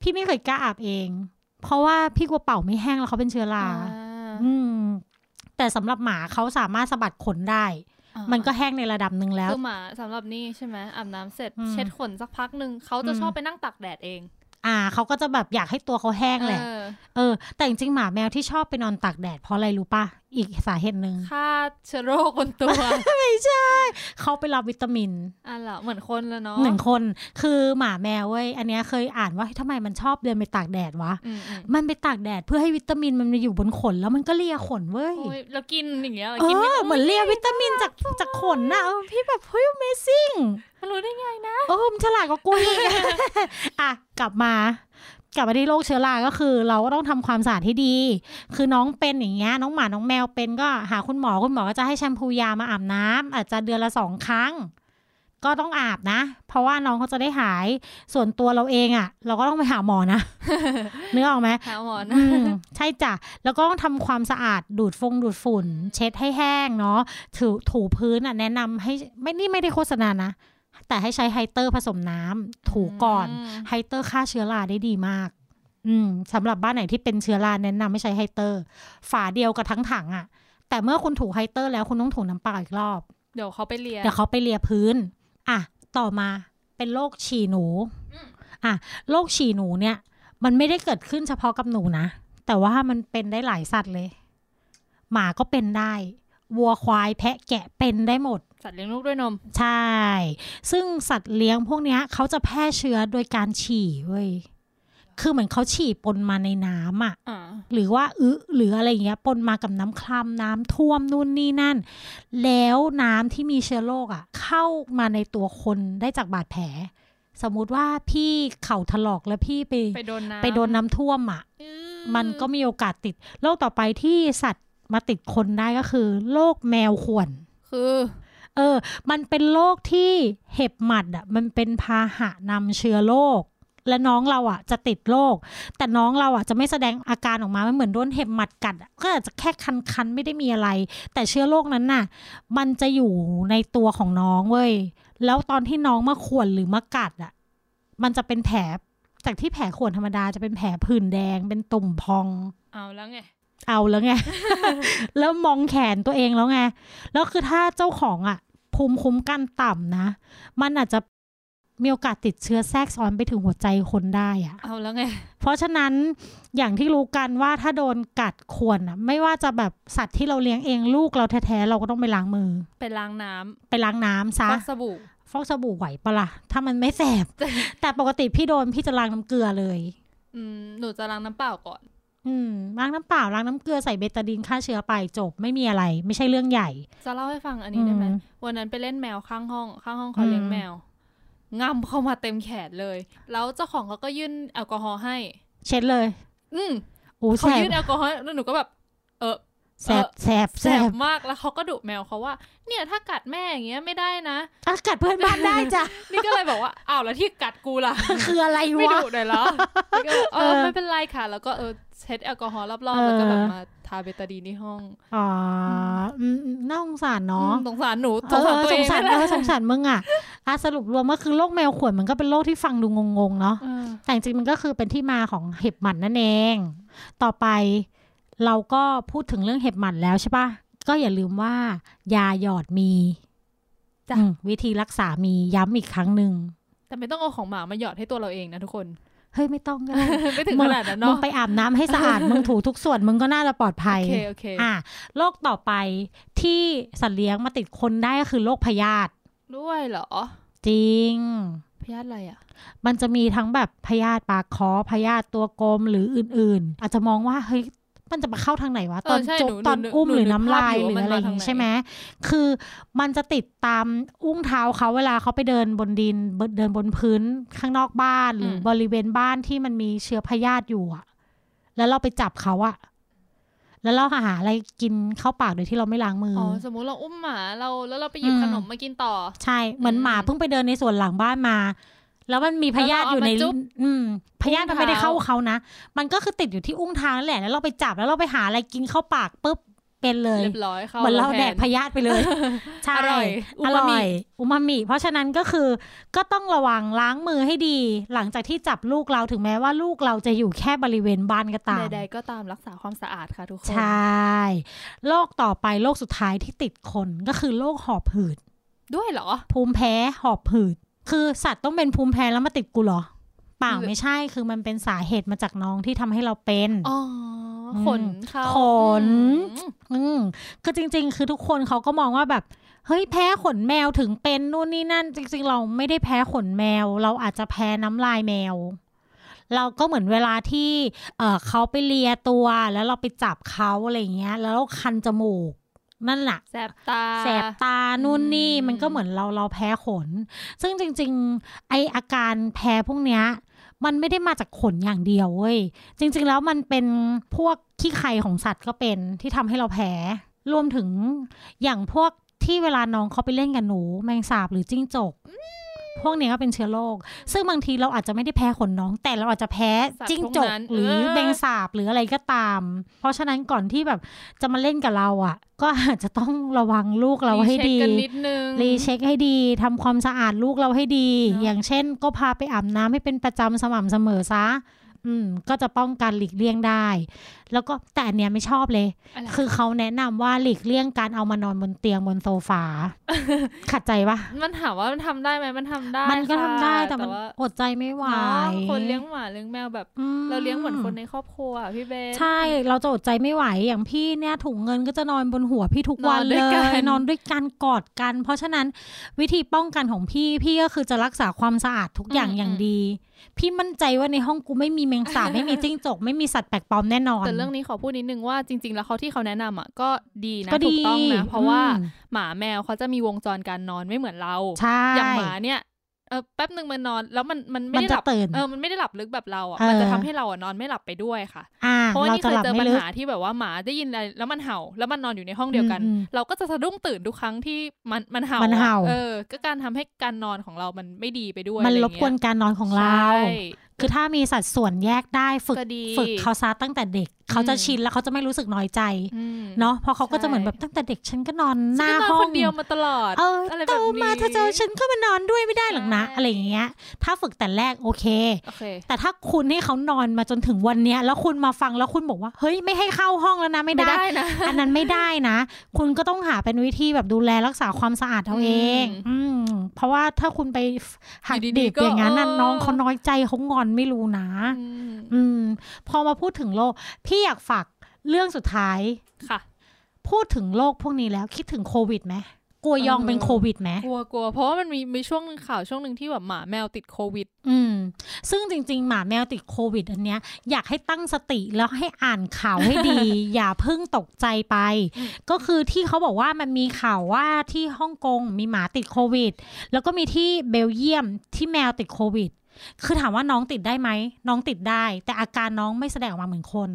Speaker 2: พี่ไม่เคยกล้าอาบเอง เพราะว่าพี่กลัวเป่าไม่แห้งแล้วเขาเป็นเชื้อรา อืม แต่สำหรับหมาเขาสามารถสะบัดขนได้
Speaker 3: อ่า
Speaker 2: มันก็แห้งในระดับหนึ่งแล้ว
Speaker 3: คือหมาสำหรับนี่ใช่ไหมอาบน้ำเสร็จ
Speaker 2: อืม
Speaker 3: เช็ดขนสักพักหนึ่งเขาจะ
Speaker 2: อืม
Speaker 3: ชอบไปนั่งตากแดดเอง
Speaker 2: อ่าเขาก็จะแบบอยากให้ตัวเขาแห้งแหละ
Speaker 3: เออ
Speaker 2: เออ แต่จริงๆหมาแมวที่ชอบไปนอนตากแดดเพราะอะไรรู้ป่ะ อีกสาเหตุหนึ่ง
Speaker 3: ฆ่าเชื้อโรคบนตัว
Speaker 2: [laughs] เขาไปรับวิตามิน
Speaker 3: อ่ะเหรอเหมือนคนละเนาะ
Speaker 2: หนึ่งคนคือหมาแมวเว้ยอันเนี้ยเคยอ่านว่าทำไมมันชอบเดินไปตากแดดวะ
Speaker 3: อืมอืม
Speaker 2: มันไปตากแดดเพื่อให้วิตามินมันมาอยู่บนขนแล้วมันก็เลียขนเว้ย
Speaker 3: โอ้ยแล้วกินอย่างเงี้ยหร
Speaker 2: เอ
Speaker 3: กินไ
Speaker 2: อเหมือนเลียวิตามินจากจากขนนะเออพี่แบบเฮ้ย amazing
Speaker 3: มันรู้ได้ไงนะ
Speaker 2: โอ้มันฉลาดกว่ากูอีก [laughs] อ่ะกลับมา กลับมาที่โรคเชื้อราก็คือ เราก็ต้องทำความสะอาดให้ดี คือน้องเป็นอย่างเงี้ยน้องหมาน้องแมวเป็นก็หาคุณหมอคุณหมอก็จะให้แชมพูยามาอาบน้ำอาจจะเดือนละสองครั้ง ก็ต้องอาบนะ เพราะว่าน้องเขาจะได้หายส่วนตัวเราเองอะ่ะ เราก็ต้องไปหาหมอ [laughs] นะ นึกออกไหม
Speaker 3: หาหมอนะ
Speaker 2: อืมใช่จ้ะ แล้วก็ต้องทำความสะอาดดูดฟงดูดฝุ่น เช็ดให้แห้งเนาะถูถูพื้นอ่ะแนะนำให้ไม่นี่ไม่ได้โฆษณานะ แต่ให้ใช้ไฮเตอร์ผสมน้ำถูก่อน
Speaker 3: ม
Speaker 2: ไฮเตอร์ฆ่าเชื้อราได้ดีมาก อืมสำหรับบ้านไหนที่เป็นเชื้อราแนะนำไม่ใช้ไฮเตอร์ ฝาเดียวกับทั้งถังอะ่ะ แต่เมื่อคุณถูไฮเตอร์แล้วคุณต้องถูน้ำเปล่าอีกรอบ
Speaker 3: เดี๋ยวเขาไปเรียน
Speaker 2: เดี๋ยวเขาไปเลียพื้น อ่ะ ต่อมาเป็นโรคฉี่หนู
Speaker 3: อืม
Speaker 2: อ่ะ โรคฉี่หนูเนี่ย มันไม่ได้เกิดขึ้นเฉพาะกับหนูนะ แต่ว่ามันเป็นได้หลายสัตว์เลย หมาก็เป็นได้ วัวควายแพะแกะเป็นได้หมด
Speaker 3: สัตว์เลี้ยงลูกด้วยนม
Speaker 2: ใช่ ซึ่งสัตว์เลี้ยงพวกเนี้ยเขาจะแพร่เชื้อโดยการฉี่เว้ย คือเหมือนเขาฉี่ปนมาในน้ำอ่ะ
Speaker 3: อ่า
Speaker 2: หรือว่าอึหรืออะไรอย่างเงี้ยปนมากับน้ำคลำน้ำท่วมนู่นนี่นั่น แล้วน้ำที่มีเชื้อโรคอ่ะ เข้ามาในตัวคนได้จากบาดแผล สมมุติว่าพี่เข่าถลอกแล้วพี่ไป
Speaker 3: ไปโดนน้ำ
Speaker 2: ไปโดนน้ำท่วมอ่ะ
Speaker 3: อื
Speaker 2: มันก็มีโอกาสติดโรคต่อไปที่สัตว์มาติดคนได้ก็คือโรคแมวข่วน
Speaker 3: คือ
Speaker 2: เออ มันเป็นโรคที่เห็บหมัดอ่ะ มันเป็นพาหะนำเชื้อโรค และน้องเราอ่ะ จะติดโรค แต่น้องเราอ่ะจะไม่แสดงอาการออกมา มันเหมือนโดนเห็บหมัดกัดอะก็อาจจะแค่คันๆ ไม่ได้มีอะไร แต่เชื้อโรคนั้นน่ะ มันจะอยู่ในตัวของน้องเว้ย แล้วตอนที่น้องมาข่วนหรือมากัดอ่ะ มันจะเป็นแผล จากที่แผลข่วนธรรมดาจะเป็นแผลผื่นแดง เป็นตุ่มพอง
Speaker 3: เอาแล้วไง
Speaker 2: เอาแล้ว
Speaker 3: [laughs]
Speaker 2: ไง แล้วมองแขนตัวเองแล้วไง แล้วคือถ้าเจ้าของอะภูมิคุ้มกันต่ำนะ มันอาจจะมีโอกาสติดเชื้อแทรกซ้อนไปถึงหัวใจคนได้อะ
Speaker 3: เอาแล้วไง
Speaker 2: เพราะฉะนั้นอย่างที่รู้กันว่าถ้าโดนกัดควรอะไม่ว่าจะแบบสัตว์ที่เราเลี้ยงเองลูกเราแท้ๆเราก็ต้องไปล้างมือ
Speaker 3: ไปล้างน้
Speaker 2: ไปล้างน้ำ
Speaker 3: ำ
Speaker 2: ซะ
Speaker 3: ฟอกสบู่
Speaker 2: ฟอกสบู่ไหวปะล่ะถ้ามันไม่แส
Speaker 3: [laughs]
Speaker 2: บ แต่ปกติพี่โดนพี่จะล้างน้ำเกลือเลย
Speaker 3: อืม หนูจะล้างน้ำเปล่าก่อน
Speaker 2: อืมล้างน้ำเปล่าล้างน้ำเกลือใส่เบตาดินฆ่าเชื้อไปจบไม่มีอะไร ไม่ใช่เรื่องใหญ่
Speaker 3: จะเล่าให้ฟังอันนี้ได้ไหม วันนั้นไปเล่นแมวข้างห้อง ข้างห้องเขาเลี้ยงแมวง่ำเข้ามาเต็มแขนเลย แล้วเจ้าของเขาก็ยื่นแอลกอฮอล์ให้
Speaker 2: เช็ดเลย
Speaker 3: อืม
Speaker 2: โอ้แส
Speaker 3: เขา
Speaker 2: บ
Speaker 3: ยื่นแอลกอฮอล์แล้วหนูก็แบบ เออ
Speaker 2: แสบแสบ
Speaker 3: แส
Speaker 2: แส
Speaker 3: บบ มากแล้วเขาก็ดุแมวเขาว่า เนี่ยถ้ากัดแม่อย่างเงี้ยไม่ได้นะ
Speaker 2: อากาศเพื่อนบ้านได้จ้ะ
Speaker 3: นี่ก็เลยบอกว่า [laughs] อ้าวแล้วที่กัดกูล่ะ
Speaker 2: คืออะไร
Speaker 3: ไม่
Speaker 2: วะ
Speaker 3: ดุหน่อยเหรอนี่ก็บอกเออ
Speaker 2: เออ
Speaker 3: ไม่เป็นไรค่ะ แล้วก็เออเช็ดแอลกอฮอล์รอบ
Speaker 2: เอ
Speaker 3: ๆ
Speaker 2: อ
Speaker 3: แล้วก็แบบมาทาเบตาดีนที่ห้อง
Speaker 2: อ๋ออืมอืมน่าสงสารเนาะ
Speaker 3: มสงสารหนู
Speaker 2: เอ
Speaker 3: สงสา
Speaker 2: อ
Speaker 3: รตัว
Speaker 2: ส
Speaker 3: เอง ง
Speaker 2: สาร
Speaker 3: นะ
Speaker 2: เออสงสารมึงอ่ะอ่ะสรุปรวมก็คือโรคแมวข่วนมันก็เป็นโรคที่ฟังดูงงๆเนาะ
Speaker 3: เออ
Speaker 2: แต่จริงๆมันก็คือเป็นที่มาของเห็บหมัดนั่นเอง ต่อไปเราก็พูดถึงเรื่องเห็บหมัดแล้วใช่ปะก็อย่าลืมว่ายาหยอดมีอืมวิธีรักษามีย้ำอีกครั้งหนึ่ง
Speaker 3: แต่ไม่ต้องเอาของหมามาหยอดให้ตัวเราเองนะทุกคน
Speaker 2: เฮ้ยไม่ต้องก็ได้
Speaker 3: ไม่ถึงขนาดนั้น
Speaker 2: มึง
Speaker 3: เนาะ
Speaker 2: ไปอาบน้ำให้สะ
Speaker 3: [laughs]
Speaker 2: อาด มึงถูทุกส่วน มึงก็น่าจะปลอดภั
Speaker 3: โอย เคโอเค
Speaker 2: อ่ะโรคต่อไปที่สัตว์เลี้ยงมาติดคนได้ก็คือโรคพยาธิ
Speaker 3: ด้วยเหรอ
Speaker 2: จริง
Speaker 3: พยาธิอะไรอ่ะ
Speaker 2: มันจะมีทั้งแบบพยาธิปากคอพยาธิตัวกลมหรืออื่นๆ อาจจะมองว่าเฮ้ยมันจะมาเข้าทางไหนวะ
Speaker 3: เออ
Speaker 2: ตอน
Speaker 3: ใช่
Speaker 2: จุก
Speaker 3: หนู
Speaker 2: ตอน
Speaker 3: หนู
Speaker 2: อุ้ม
Speaker 3: หนู
Speaker 2: หรือ
Speaker 3: นึก
Speaker 2: น้ำลาย
Speaker 3: ภาพอยู่
Speaker 2: หรือ
Speaker 3: ว่า
Speaker 2: อะไร
Speaker 3: มัน
Speaker 2: อย่าง ง
Speaker 3: มาทาไหน
Speaker 2: นี้ใช่ไหมคือมันจะติดตามอุ้งเท้าเขาเวลาเขาไปเดินบนดินเดินบนพื้นข้างนอกบ้านหรืออบริเวณบ้านที่มันมีเชื้อพยาธิอยู่อะแล้วเราไปจับเขาอะแล้วเราหาอะไรกินเข้าปากโดยที่เราไม่ล้างมือ
Speaker 3: อ๋
Speaker 2: อ
Speaker 3: อสมมุติเราอุ้มหมาเราแล้วเราไปหยิบ
Speaker 2: อืม
Speaker 3: ขนมมากินต่อ
Speaker 2: ใช่ เหมือน
Speaker 3: อืม
Speaker 2: หมาเพิ่งไปเดินในสวนหลังบ้านมา แล้วมันมีพยาธิอยู่ใน
Speaker 3: แล้วเราเอามาจุ๊บ
Speaker 2: อืมพยาธิ
Speaker 3: อุ้
Speaker 2: มัน
Speaker 3: งเท้า
Speaker 2: ไม่ได้เข้าเขานะ มันก็คือติดอยู่ที่อุ้งเท้านั่นแหละ แล้วเราไปจับแล้วเราไปหาอะไรกินเข้าปากปุ๊บเป็นเลย
Speaker 3: เรียบร้อยเข้า
Speaker 2: เหมือนเรา
Speaker 3: ทน
Speaker 2: แดกพยาธิไป
Speaker 3: [laughs]
Speaker 2: เลยใช่
Speaker 3: อร่อยอู
Speaker 2: อ
Speaker 3: มามิ
Speaker 2: ร่อยอูมามิ เพราะฉะนั้นก็คือ ก็ต้องระวังล้างมือให้ดี หลังจากที่จับลูกเราถึงแม้ว่าลูกเราจะอยู่แค่บริเวณบ้านก็ตาม
Speaker 3: ใดๆก็ตามรักษาความสะอาดค่ะทุกคน
Speaker 2: ใช่ โรคต่อไปโรคสุดท้ายที่ติดคนก็คือโรคหอบหืด
Speaker 3: ด้วยเหรอ
Speaker 2: ภูมิแพ้หอบหืด คือสัตว์ต้องเป็นภูมิแพ้แล้วมาติดกูเหรอ เปล่า
Speaker 3: หรือ
Speaker 2: ไม่ใช่คือมันเป็นสาเหตุมาจากน้องที่ทำให้เราเป็น
Speaker 3: อ๋อขนเขา
Speaker 2: ขน
Speaker 3: อืม
Speaker 2: อืมคือจริง ๆ คือทุกคนเขาก็มองว่าแบบเฮ้ยแพ้ขนแมวถึงเป็นนู่นนี่นั่น จริง ๆ เราไม่ได้แพ้ขนแมว เราอาจจะแพ้น้ำลายแมว เราก็เหมือนเวลาที่เออเขาไปเลียตัวแล้วเราไปจับเขาอะไรอย่างเงี้ย แล้วเราคันจมูก นั่นแหละ
Speaker 3: แสบตา
Speaker 2: แสบตานู่นนี่
Speaker 3: อืม
Speaker 2: มันก็เหมือนเราเราแพ้ขน ซึ่งจริง ๆ ไออาการแพ้พวกเนี้ย มันไม่ได้มาจากขนอย่างเดียวเว้ยจริง ๆ แล้วมันเป็นพวกขี้ไครของสัตว์ก็เป็นที่ทำให้เราแพ้ รวมถึงอย่างพวกที่เวลาน้องเขาไปเล่นกับหนูแมงสาบหรือจิ้งจก พวกเนี้ยก็เป็นเชื้อโรคซึ่งบางทีเราอาจจะไม่ได้แพ้ขนน้อง แต่เราอาจจะแพ้จิ้งจก หรือแมงสาบหรืออะไรก็ตาม เพราะฉะนั้นก่อนที่แบบจะมาเล่นกับเราอ่ะ ก็อาจจะต้องระวังลูกเราให้
Speaker 3: รี
Speaker 2: ดี
Speaker 3: ช็คกันนิดนึง
Speaker 2: รีเช็คให้ดีทำความสะอาดลูกเราให้ดี
Speaker 3: เนอะ
Speaker 2: อย่างเช่น ก็พาไปอาบน้ำให้เป็นประจำสม่ำเสมอซะ อืม ก็จะป้องกันหลีกเลี่ยงได้ แล้วก็แต่อันเนี้ยไม่ชอบเลย
Speaker 3: อะไร
Speaker 2: คือเขาแนะนำว่าหลีกเลี่ยงการเอามานอนบนเตียงบนโซ
Speaker 3: [laughs]
Speaker 2: ฟา ขัดใจปะ
Speaker 3: มันถามว่ามันทำได้ไหมมันทำได้
Speaker 2: มันก็ทำได้
Speaker 3: ค่ะ
Speaker 2: แต่มัน
Speaker 3: ว่า
Speaker 2: อดใจไม่ไหว
Speaker 3: เนาะคนเลี้ยงหมาเลี้ยงแมวแบบ
Speaker 2: อืม
Speaker 3: เราเลี้ยงเหมือนคนในครอบครัวอะพี่เบน
Speaker 2: ใช่ เราจะอดใจไม่ไหว อย่างพี่เนี่ยถุงเงินก็จะนอนบนหัวพี่ทุกวัน
Speaker 3: นอนด้
Speaker 2: เล
Speaker 3: วย
Speaker 2: ย
Speaker 3: กัน
Speaker 2: นอนด้วยกันกอดกัน เพราะฉะนั้นวิธีป้องกันของพี่ พี่ก็คือจะรักษาความสะอาดทุกอย่างอย่างดี พี่มั่นใจว่าในห้องกูไม่มีแมงสาบ ไม่มีจิ้งจก ไม่มีสัตว์แปลกปลอมแน่นอน
Speaker 3: แต่เรื่องนี้ขอพูดนิดนึงว่าจริง ๆ แล้วเขาที่เขาแนะนำอ่ะก็ดีนะ
Speaker 2: ก็
Speaker 3: ถู
Speaker 2: ดี
Speaker 3: กต้องนะเพราะว่า
Speaker 2: อืม
Speaker 3: หมาแมวเขาจะมีวงจรการนอนไม่เหมือนเรา
Speaker 2: ใช่
Speaker 3: อย่างหมาเนี่ยเออแป๊บหนึ่งมันนอนแล้วมันมันไม่
Speaker 2: มัน
Speaker 3: ได้
Speaker 2: จะ
Speaker 3: หลับ
Speaker 2: ตื่น
Speaker 3: เออมันไม่ได้หลับลึกแบบเราอ่ะ
Speaker 2: เออ
Speaker 3: มันจะทำให้เราอ่ะนอนไม่หลับไปด้วยค่ะ
Speaker 2: อ่า
Speaker 3: เพราะว่า
Speaker 2: เรา
Speaker 3: นี่
Speaker 2: จะ
Speaker 3: เคย
Speaker 2: หลับ
Speaker 3: เจอ
Speaker 2: ไม่
Speaker 3: ปัญ
Speaker 2: ลึก
Speaker 3: หาที่แบบว่าหมาได้ยินอะไรแล้วมันเห่า แล้วมันนอนอยู่ในห้องเดียวกัน
Speaker 2: อืมอืม
Speaker 3: เราก็จะสะดุ้งตื่นทุกครั้งที่มันมันเห่า
Speaker 2: มันเห่า
Speaker 3: เออ ก็การทำให้การนอนของเรามันไม่ดีไปด้วย
Speaker 2: มัน
Speaker 3: อะไร
Speaker 2: ร
Speaker 3: อบ ย่าง
Speaker 2: กว
Speaker 3: เงี้
Speaker 2: น
Speaker 3: ย
Speaker 2: การนอนของเรา
Speaker 3: ใช่
Speaker 2: คือถ้ามีสัดส่วนแยกได้ฝึก
Speaker 3: ก็ดี
Speaker 2: ฝึกเขาซะตั้งแต่เด็ก เขาจะชินแล้วเขาจะไม่รู้สึกน้อยใจ
Speaker 3: อืม
Speaker 2: เนาะเพราะเขาก็
Speaker 3: ใช่
Speaker 2: จะเหมือนแบบตั้งแต่เด็กฉันก็นอนห
Speaker 3: ฉั
Speaker 2: น้าน
Speaker 3: ก็อ
Speaker 2: ห้อน
Speaker 3: ค
Speaker 2: ง
Speaker 3: นเดียวมาตลอด
Speaker 2: เออ
Speaker 3: อะไรแบบ
Speaker 2: โตมา
Speaker 3: นี้
Speaker 2: ถ้าเจอฉันก็มานอนด้วยไม่ได้หรอกนะ
Speaker 3: ใช่
Speaker 2: อะไรอย่างเงี้ย ถ้าฝึกแต่แรกโอเค
Speaker 3: โอเค
Speaker 2: แต่ถ้าคุณให้เขานอนมาจนถึงวันเนี้ย แล้วคุณมาฟังแล้วคุณบอกว่า เฮ้ยไม่ให้เข้าห้องแล้วนะไม่ได้
Speaker 3: นะ
Speaker 2: อันนั้นไม่ได้นะ คุณก็ต้องหาเป็นวิธีแบบดูแลรักษาความสะอาดเอาเอง อืมเพราะว่าถ้าคุณไปหัก
Speaker 3: อยู่ดี
Speaker 2: ดิบ
Speaker 3: ๆก็
Speaker 2: อย่างนั้นน่ะ
Speaker 3: เออ
Speaker 2: น้องเขาน้อยใจเขางอนไม่รู้นะ
Speaker 3: อืม
Speaker 2: อืม พอมาพูดถึงโลก พี่อยากฝากเรื่องสุดท้าย
Speaker 3: ค่ะ
Speaker 2: พูดถึงโรคพวกนี้แล้วคิดถึงโควิดไหมกลัวยอง
Speaker 3: เออ
Speaker 2: เป็นโควิดไหม
Speaker 3: กลัวกลัวเพราะว่ามันมีมีช่วงหนึ่งข่าวช่วงหนึ่งที่แบบหมาแมวติดโควิด
Speaker 2: อืม ซึ่งจริง ๆ หมาแมวติดโควิดอันเนี้ย อยากให้ตั้งสติแล้วให้อ่านข่าวให้ดี
Speaker 3: [laughs]
Speaker 2: อย่าเพิ่งตกใจไป
Speaker 3: อืม
Speaker 2: ก็คือที่เขาบอกว่ามันมีข่าวว่าที่ฮ่องกงมีหมาติดโควิด แล้วก็มีที่เบลเยียมที่แมวติดโควิด คือถามว่าน้องติดได้ไหมน้องติดได้ แต่อาการน้องไม่แสดงออกมาเหมือนคน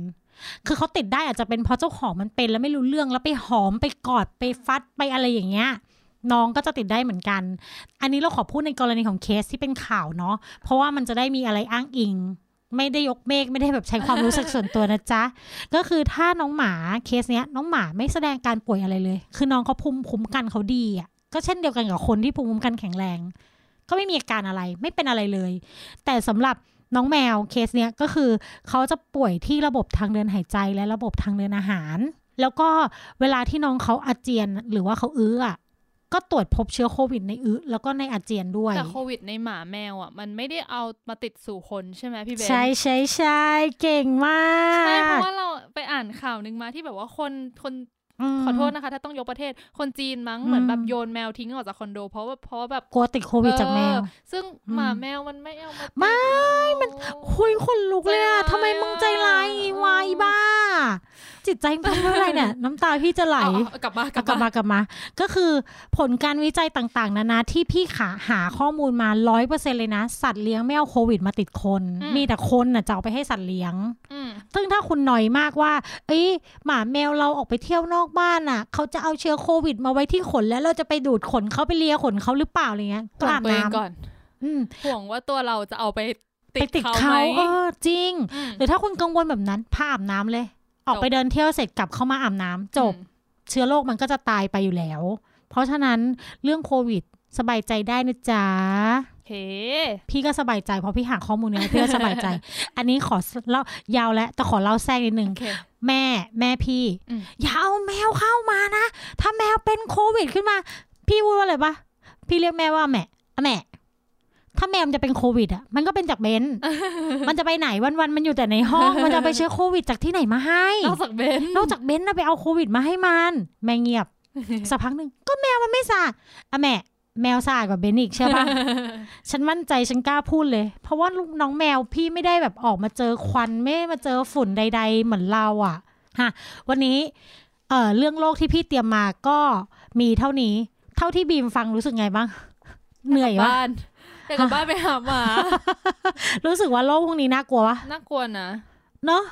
Speaker 2: คือเขาติดได้อาจจะเป็นเพราะเจ้าของมันเป็นแล้วไม่รู้เรื่องแล้วไปหอมไปกอดไปฟัดไปอะไรอย่างเงี้ย น้องก็จะติดได้เหมือนกัน อันนี้เราขอพูดในกรณีของเคสที่เป็นข่าวเนาะเพราะว่ามันจะได้มีอะไรอ้างอิง ไม่ได้ยกเมฆไม่ได้แบบใช้ความรู้สึกส่วนตัวนะ [laughs] จ๊ะ ก็คือถ้าน้องหมาเคสเนี้ย น้องหมาไม่แสดงการป่วยอะไรเลย คือน้องเขาภูมิคุ้มกันเขาดีอ่ะก็เช่นเดียวกันกับคนที่ภูมิคุ้มกันแข็งแรง ก็ไม่มีอาการอะไรไม่เป็นอะไรเลย แต่สำหรับน้องแมวเคสเนี้ยก็คือเขาจะป่วยที่ระบบทางเดินหายใจและระบบทางเดินอาหาร แล้วก็เวลาที่น้องเขาอาเจียนหรือว่าเขาอื้ออะก็ตรวจพบเชื้อโควิดในอื้อแล้วก็ในอาเจียนด้วย
Speaker 3: แต่โควิดในหมาแมวอ่ะ มันไม่ได้เอามาติดสู่คนใช่ไหมพี่เบน
Speaker 2: ใช่ใช่ใช่เก่งมา
Speaker 3: ใช่
Speaker 2: ก
Speaker 3: เพราะว่าเราไปอ่านข่าวหนึ่งมาที่แบบว่าคนคน
Speaker 2: ม
Speaker 3: ขอโทษนะคะ ถ้าต้องยกประเทศคนจีนมั้ง
Speaker 2: อืม
Speaker 3: เหมือนแบบโยนแมวทิ้งออกจากคอนโด เพราะว่าเพราะว่าแบบ
Speaker 2: กลัวติดโควิดจากแมว
Speaker 3: เออซึ่งหมาแมวมันไม่เอามาติด
Speaker 2: ไม่
Speaker 3: มัน
Speaker 2: คุยคนลุกเลยอะ
Speaker 3: ใจร้ายอะ
Speaker 2: ทำไมมึงใจร้ายอย่างงี้วะ
Speaker 3: เออ
Speaker 2: ไอ้บ้า จิตใจมึงทำด้วยอะไรเนี่ย น้ำตาพี่จะไหล
Speaker 3: กลับมากลั
Speaker 2: อ่ะ
Speaker 3: บ
Speaker 2: กลับ
Speaker 3: มา
Speaker 2: มากลับมา ก็คือผลการวิจัยต่างๆ นานาที่พี่ขาหาข้อมูลมาร้อยเปอร์เซ็นเลยนะ สัตว์เลี้ยงไม่เอาโควิดมาติดคน
Speaker 3: อืม
Speaker 2: มีแต่คนน่ะจะเอาไปให้สัตว์เลี้ยง
Speaker 3: อืม
Speaker 2: ซึ่งถ้าคุณหน่อยมากว่า เอ้ยหมาแมวเราออกไปเที่ยวนอกบ้านน่ะ เขาจะเอาเชื้อโควิดมาไว้ที่ขนแล้วเราจะไปดูดขนเขาไปเลียขนเขาหรือเปล่าอะไรเงี้ยก็
Speaker 3: ห่วง
Speaker 2: อาบ
Speaker 3: ตัวเอง
Speaker 2: น้
Speaker 3: ก่อน
Speaker 2: ำอืม
Speaker 3: ห่วงว่าตัวเราจะเอาไปติ
Speaker 2: ไป
Speaker 3: ด
Speaker 2: ติด
Speaker 3: เขาไห
Speaker 2: เขา
Speaker 3: ม
Speaker 2: เออจริง
Speaker 3: ม
Speaker 2: หรือถ้าคุณกังวลแบบนั้นพาอาบน้ำเลย ออก
Speaker 3: จบ
Speaker 2: ไปเดินเที่ยวเสร็จกลับเข้ามาอาบน้ำจบ เชื้อโรคมันก็จะตายไปอยู่แล้ว เพราะฉะนั้นเรื่องโควิดสบายใจได้นะจ๊ะ
Speaker 3: เฮ้
Speaker 2: พี่ก็สบายใจเพราะพี่หาข้อมูลเนี้ยพี่ก็สบายใจ [laughs] อันนี้ขอเล่ายาวแล้วแต่ขอเล่าแทรกนิดนึง
Speaker 3: โอเค
Speaker 2: แม่แม่พี่
Speaker 3: อืม
Speaker 2: อย่าเอาแมวเข้ามานะ ถ้าแมวเป็นโควิดขึ้นมา พี่พูดว่าอะไรปะพี่เรียกแม่ว่าแม่อะแม่ ถ้าแมวมันจะเป็นโควิดอ่ะมันก็เป็นจากเบ
Speaker 3: [laughs]
Speaker 2: นซ์มันจะไปไหนวันๆมันอยู่แต่ในห้อง มันจะเอาไปเชื้อโควิดจากที่ไหนมาให้
Speaker 3: นอกจากเบนซ์
Speaker 2: นอกจากเบนซ์นะไปเอาโควิดมาให้มัน แมวเงียบ
Speaker 3: [laughs]
Speaker 2: สักพักหนึ่งก็แมวมันไม่สะอาดอะแม่แมวสะอาดกว่าเบนซ์อีกใช่ปะ ฉันมั่นใจฉันกล้าพูดเลย เพราะว่าลูกน้องแมวพี่ไม่ได้แบบออกมาเจอควันไม่ได้มาเจอฝุ่นใด ๆ เหมือนเราอะฮะวันนี้เอ่อเรื่องโลกที่พี่เตรียมมาก็มีเท่านี้ เท่าที่บีมฟังรู้สึกไงบ้ [laughs] าง เหนื่อย
Speaker 3: [laughs]
Speaker 2: ปะ
Speaker 3: บ้านแต่กลับบ้านไปหาหมา
Speaker 2: รู้สึกว่าโลกพวก [laughs] นี้น่ากลัวปะ
Speaker 3: น่ากลัวนะ
Speaker 2: เนาะ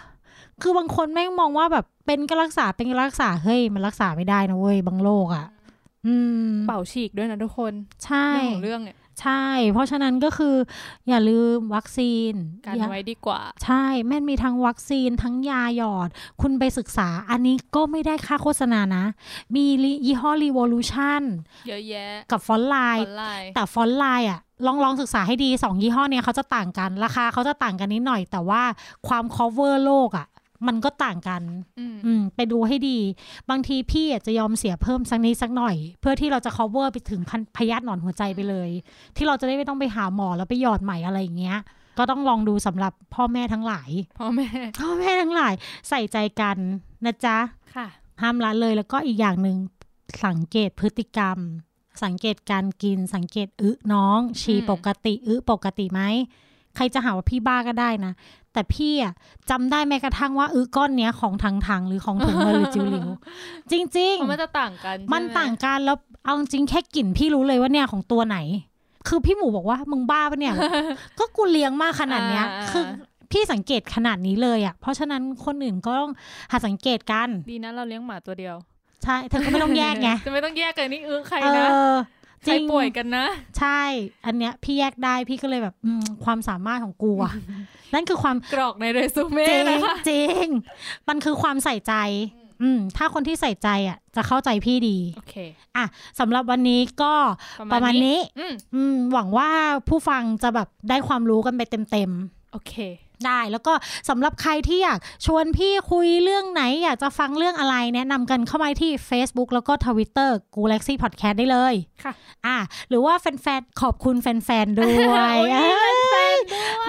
Speaker 2: คือบางคนแม่งมองว่าแบบเป็นก็รักษาเป็นก็รักษาเฮ้ยมันรักษาไม่ได้นะเว้ยบางโรคอะอืม
Speaker 3: เป่าฉีกด้วยนะทุกคน
Speaker 2: ใช่
Speaker 3: เรื่องของเรื่องเนี่ย
Speaker 2: ใช่ เพราะฉะนั้นก็คือ อย่าลืมวัคซีน
Speaker 3: การ
Speaker 2: อย่า
Speaker 3: ไว้ดีกว่า
Speaker 2: ใช่แม่นมีทั้งวัคซีนทั้งยาหยอด คุณไปศึกษาอันนี้ก็ไม่ได้ค่าโฆษณานะ มีลิยี่ห้อ Revolution
Speaker 3: เยอะแยะ
Speaker 2: กับฟอนไล
Speaker 3: ออ
Speaker 2: น์
Speaker 3: นไลน์
Speaker 2: แต่ฟอนไลน์อ่ะลองลองศึกษาให้ดี 2 ยี่ห้อเนี่ยเขาจะต่างกัน ราคาเขาจะต่างกันนิดหน่อย แต่ว่าความ cover โลกอ่ะ มันก็ต่างกัน
Speaker 3: อืม
Speaker 2: อืมไปดูให้ดี บางทีพี่อาจจะยอมเสียเพิ่มสักนิดสักหน่อย เพื่อที่เราจะ cover ไปถึงพันพยาธิหนอนหัวใจไปเลย ที่เราจะได้ไม่ต้องไปหาหมอแล้วไปหยอดใหม่อะไรอย่างเงี้ย ก็ต้องลองดูสำหรับพ่อแม่ทั้งหลาย
Speaker 3: พ่อแม่
Speaker 2: พ่อแม่ทั้งหลายใส่ใจกันนะจ๊ะ
Speaker 3: ค่ะ
Speaker 2: ห้ามละเลยแล้วก็อีกอย่างหนึ่งสังเกตพฤติกรรม สังเกตการกิน สังเกตอึน้อง ชี
Speaker 3: อืม
Speaker 2: ปกติอึปกติไหมใครจะหาว่าพี่บ้าก็ได้นะ แต่พี่อะจำได้แม้กระทั่งว่าอึก้อนเนี้ยของทางทางหรือของถุงเงินหรือจิวหลิว จริง
Speaker 3: เพราะมันจะต่างกันใช่ไห
Speaker 2: มันต่างกันแล้วเอาจริงแค่กลิ่นพี่รู้เลยว่าเนี่ยของตัวไหน คือพี่หมูบอกว่ามึงบ้าปะ
Speaker 3: [laughs]
Speaker 2: เนี่ย ก็กูเลี้ยงมากขนาดเนี้ย
Speaker 3: อ่า
Speaker 2: คือพี่สังเกตขนาดนี้เลยอ่ะ เพราะฉะนั้นคนอื่นก็ต้องหาสังเกตกัน
Speaker 3: ดีนะเราเลี้ยงหมาตัวเดียว
Speaker 2: ใช่เธอก็ไม่ต้องแยกไง
Speaker 3: [laughs] จะไม่ต้องแยกกันนี่เออใคร
Speaker 2: เอ
Speaker 3: นะ
Speaker 2: อ
Speaker 3: ใครป่วยกันนะ
Speaker 2: ใช่ อันเนี้ยพี่แยกได้พี่ก็เลยแบบอืมความสามารถของกู
Speaker 3: [laughs]
Speaker 2: อ่ะ นั่นคือความ
Speaker 3: กรอกในเรซูเม่
Speaker 2: จริง
Speaker 3: นะคะ
Speaker 2: จริงมันคือความใส่ใจ อืมถ้าคนที่ใส่ใจอ่ะ จะเข้าใจพี่ดี
Speaker 3: โอเค
Speaker 2: อ่ะสำหรับวันนี้ก็
Speaker 3: ป
Speaker 2: ประ ระ
Speaker 3: มา
Speaker 2: มา
Speaker 3: ณ
Speaker 2: ณ
Speaker 3: นี้
Speaker 2: นี้
Speaker 3: อืม
Speaker 2: อืมหวังว่าผู้ฟังจะแบบได้ความรู้กันไปเต็ม
Speaker 3: โอเค
Speaker 2: ๆ ได้ แล้วก็สำหรับใครที่อยากชวนพี่คุยเรื่องไหน อยากจะฟังเรื่องอะไรแนะนำกันเข้ามาที่ Facebook แล้วก็ Twitter g a l a x y Podcast ได้เลย
Speaker 3: ค่ะ
Speaker 2: อ่ะหรือว่าแฟนๆ ขอบคุณแฟนๆ ด้วย
Speaker 3: โอ้ย
Speaker 2: เอ้ย
Speaker 3: แฟนๆด้วย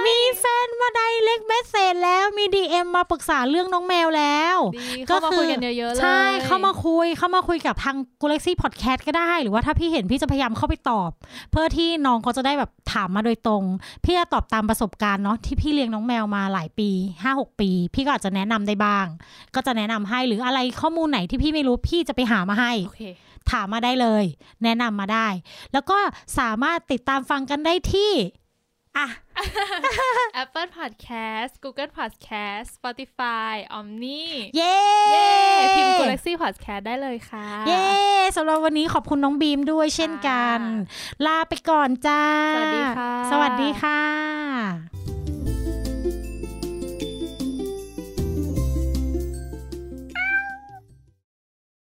Speaker 2: มีแฟนมาไดเล็กเมสเซจแล้วมี DM มาปรึกษาเรื่องน้องแมวแล้ว
Speaker 3: ดี
Speaker 2: ก็
Speaker 3: เข้ามา
Speaker 2: คือ
Speaker 3: คุยกันเยอะๆเลย
Speaker 2: ใช่เข้ามาคุยเข้ามาคุยกับทาง Galaxy Podcast ก็ได้ หรือว่าถ้าพี่เห็นพี่จะพยายามเข้าไปตอบ เพื่อที่น้องเขาจะได้แบบถามมาโดยตรง พี่จะตอบตามประสบการณ์เนาะที่พี่เลี้ยงน้องแมวมาหลายปี5-6 ปี พี่ก็อาจจะแนะนำได้บ้าง ก็จะแนะนำให้หรืออะไรข้อมูลไหนที่พี่ไม่รู้พี่จะไปหามาให้
Speaker 3: โอเค
Speaker 2: ถามมาได้เลย แนะนำมาได้ แล้วก็สามารถติดตามฟังกันได้ที่อ่ะ
Speaker 3: Apple Podcast Google Podcast Spotify Omni
Speaker 2: เย้
Speaker 3: เย้พิมพ์ Galaxy Podcast ได้เลยค่ะ
Speaker 2: เย้สำหรับวันนี้ขอบคุณน้องบีมด้วยเช่นกัน ลาไปก่อนจ้า
Speaker 3: สวัสดีค่ะ
Speaker 2: สวัสดีค่ะ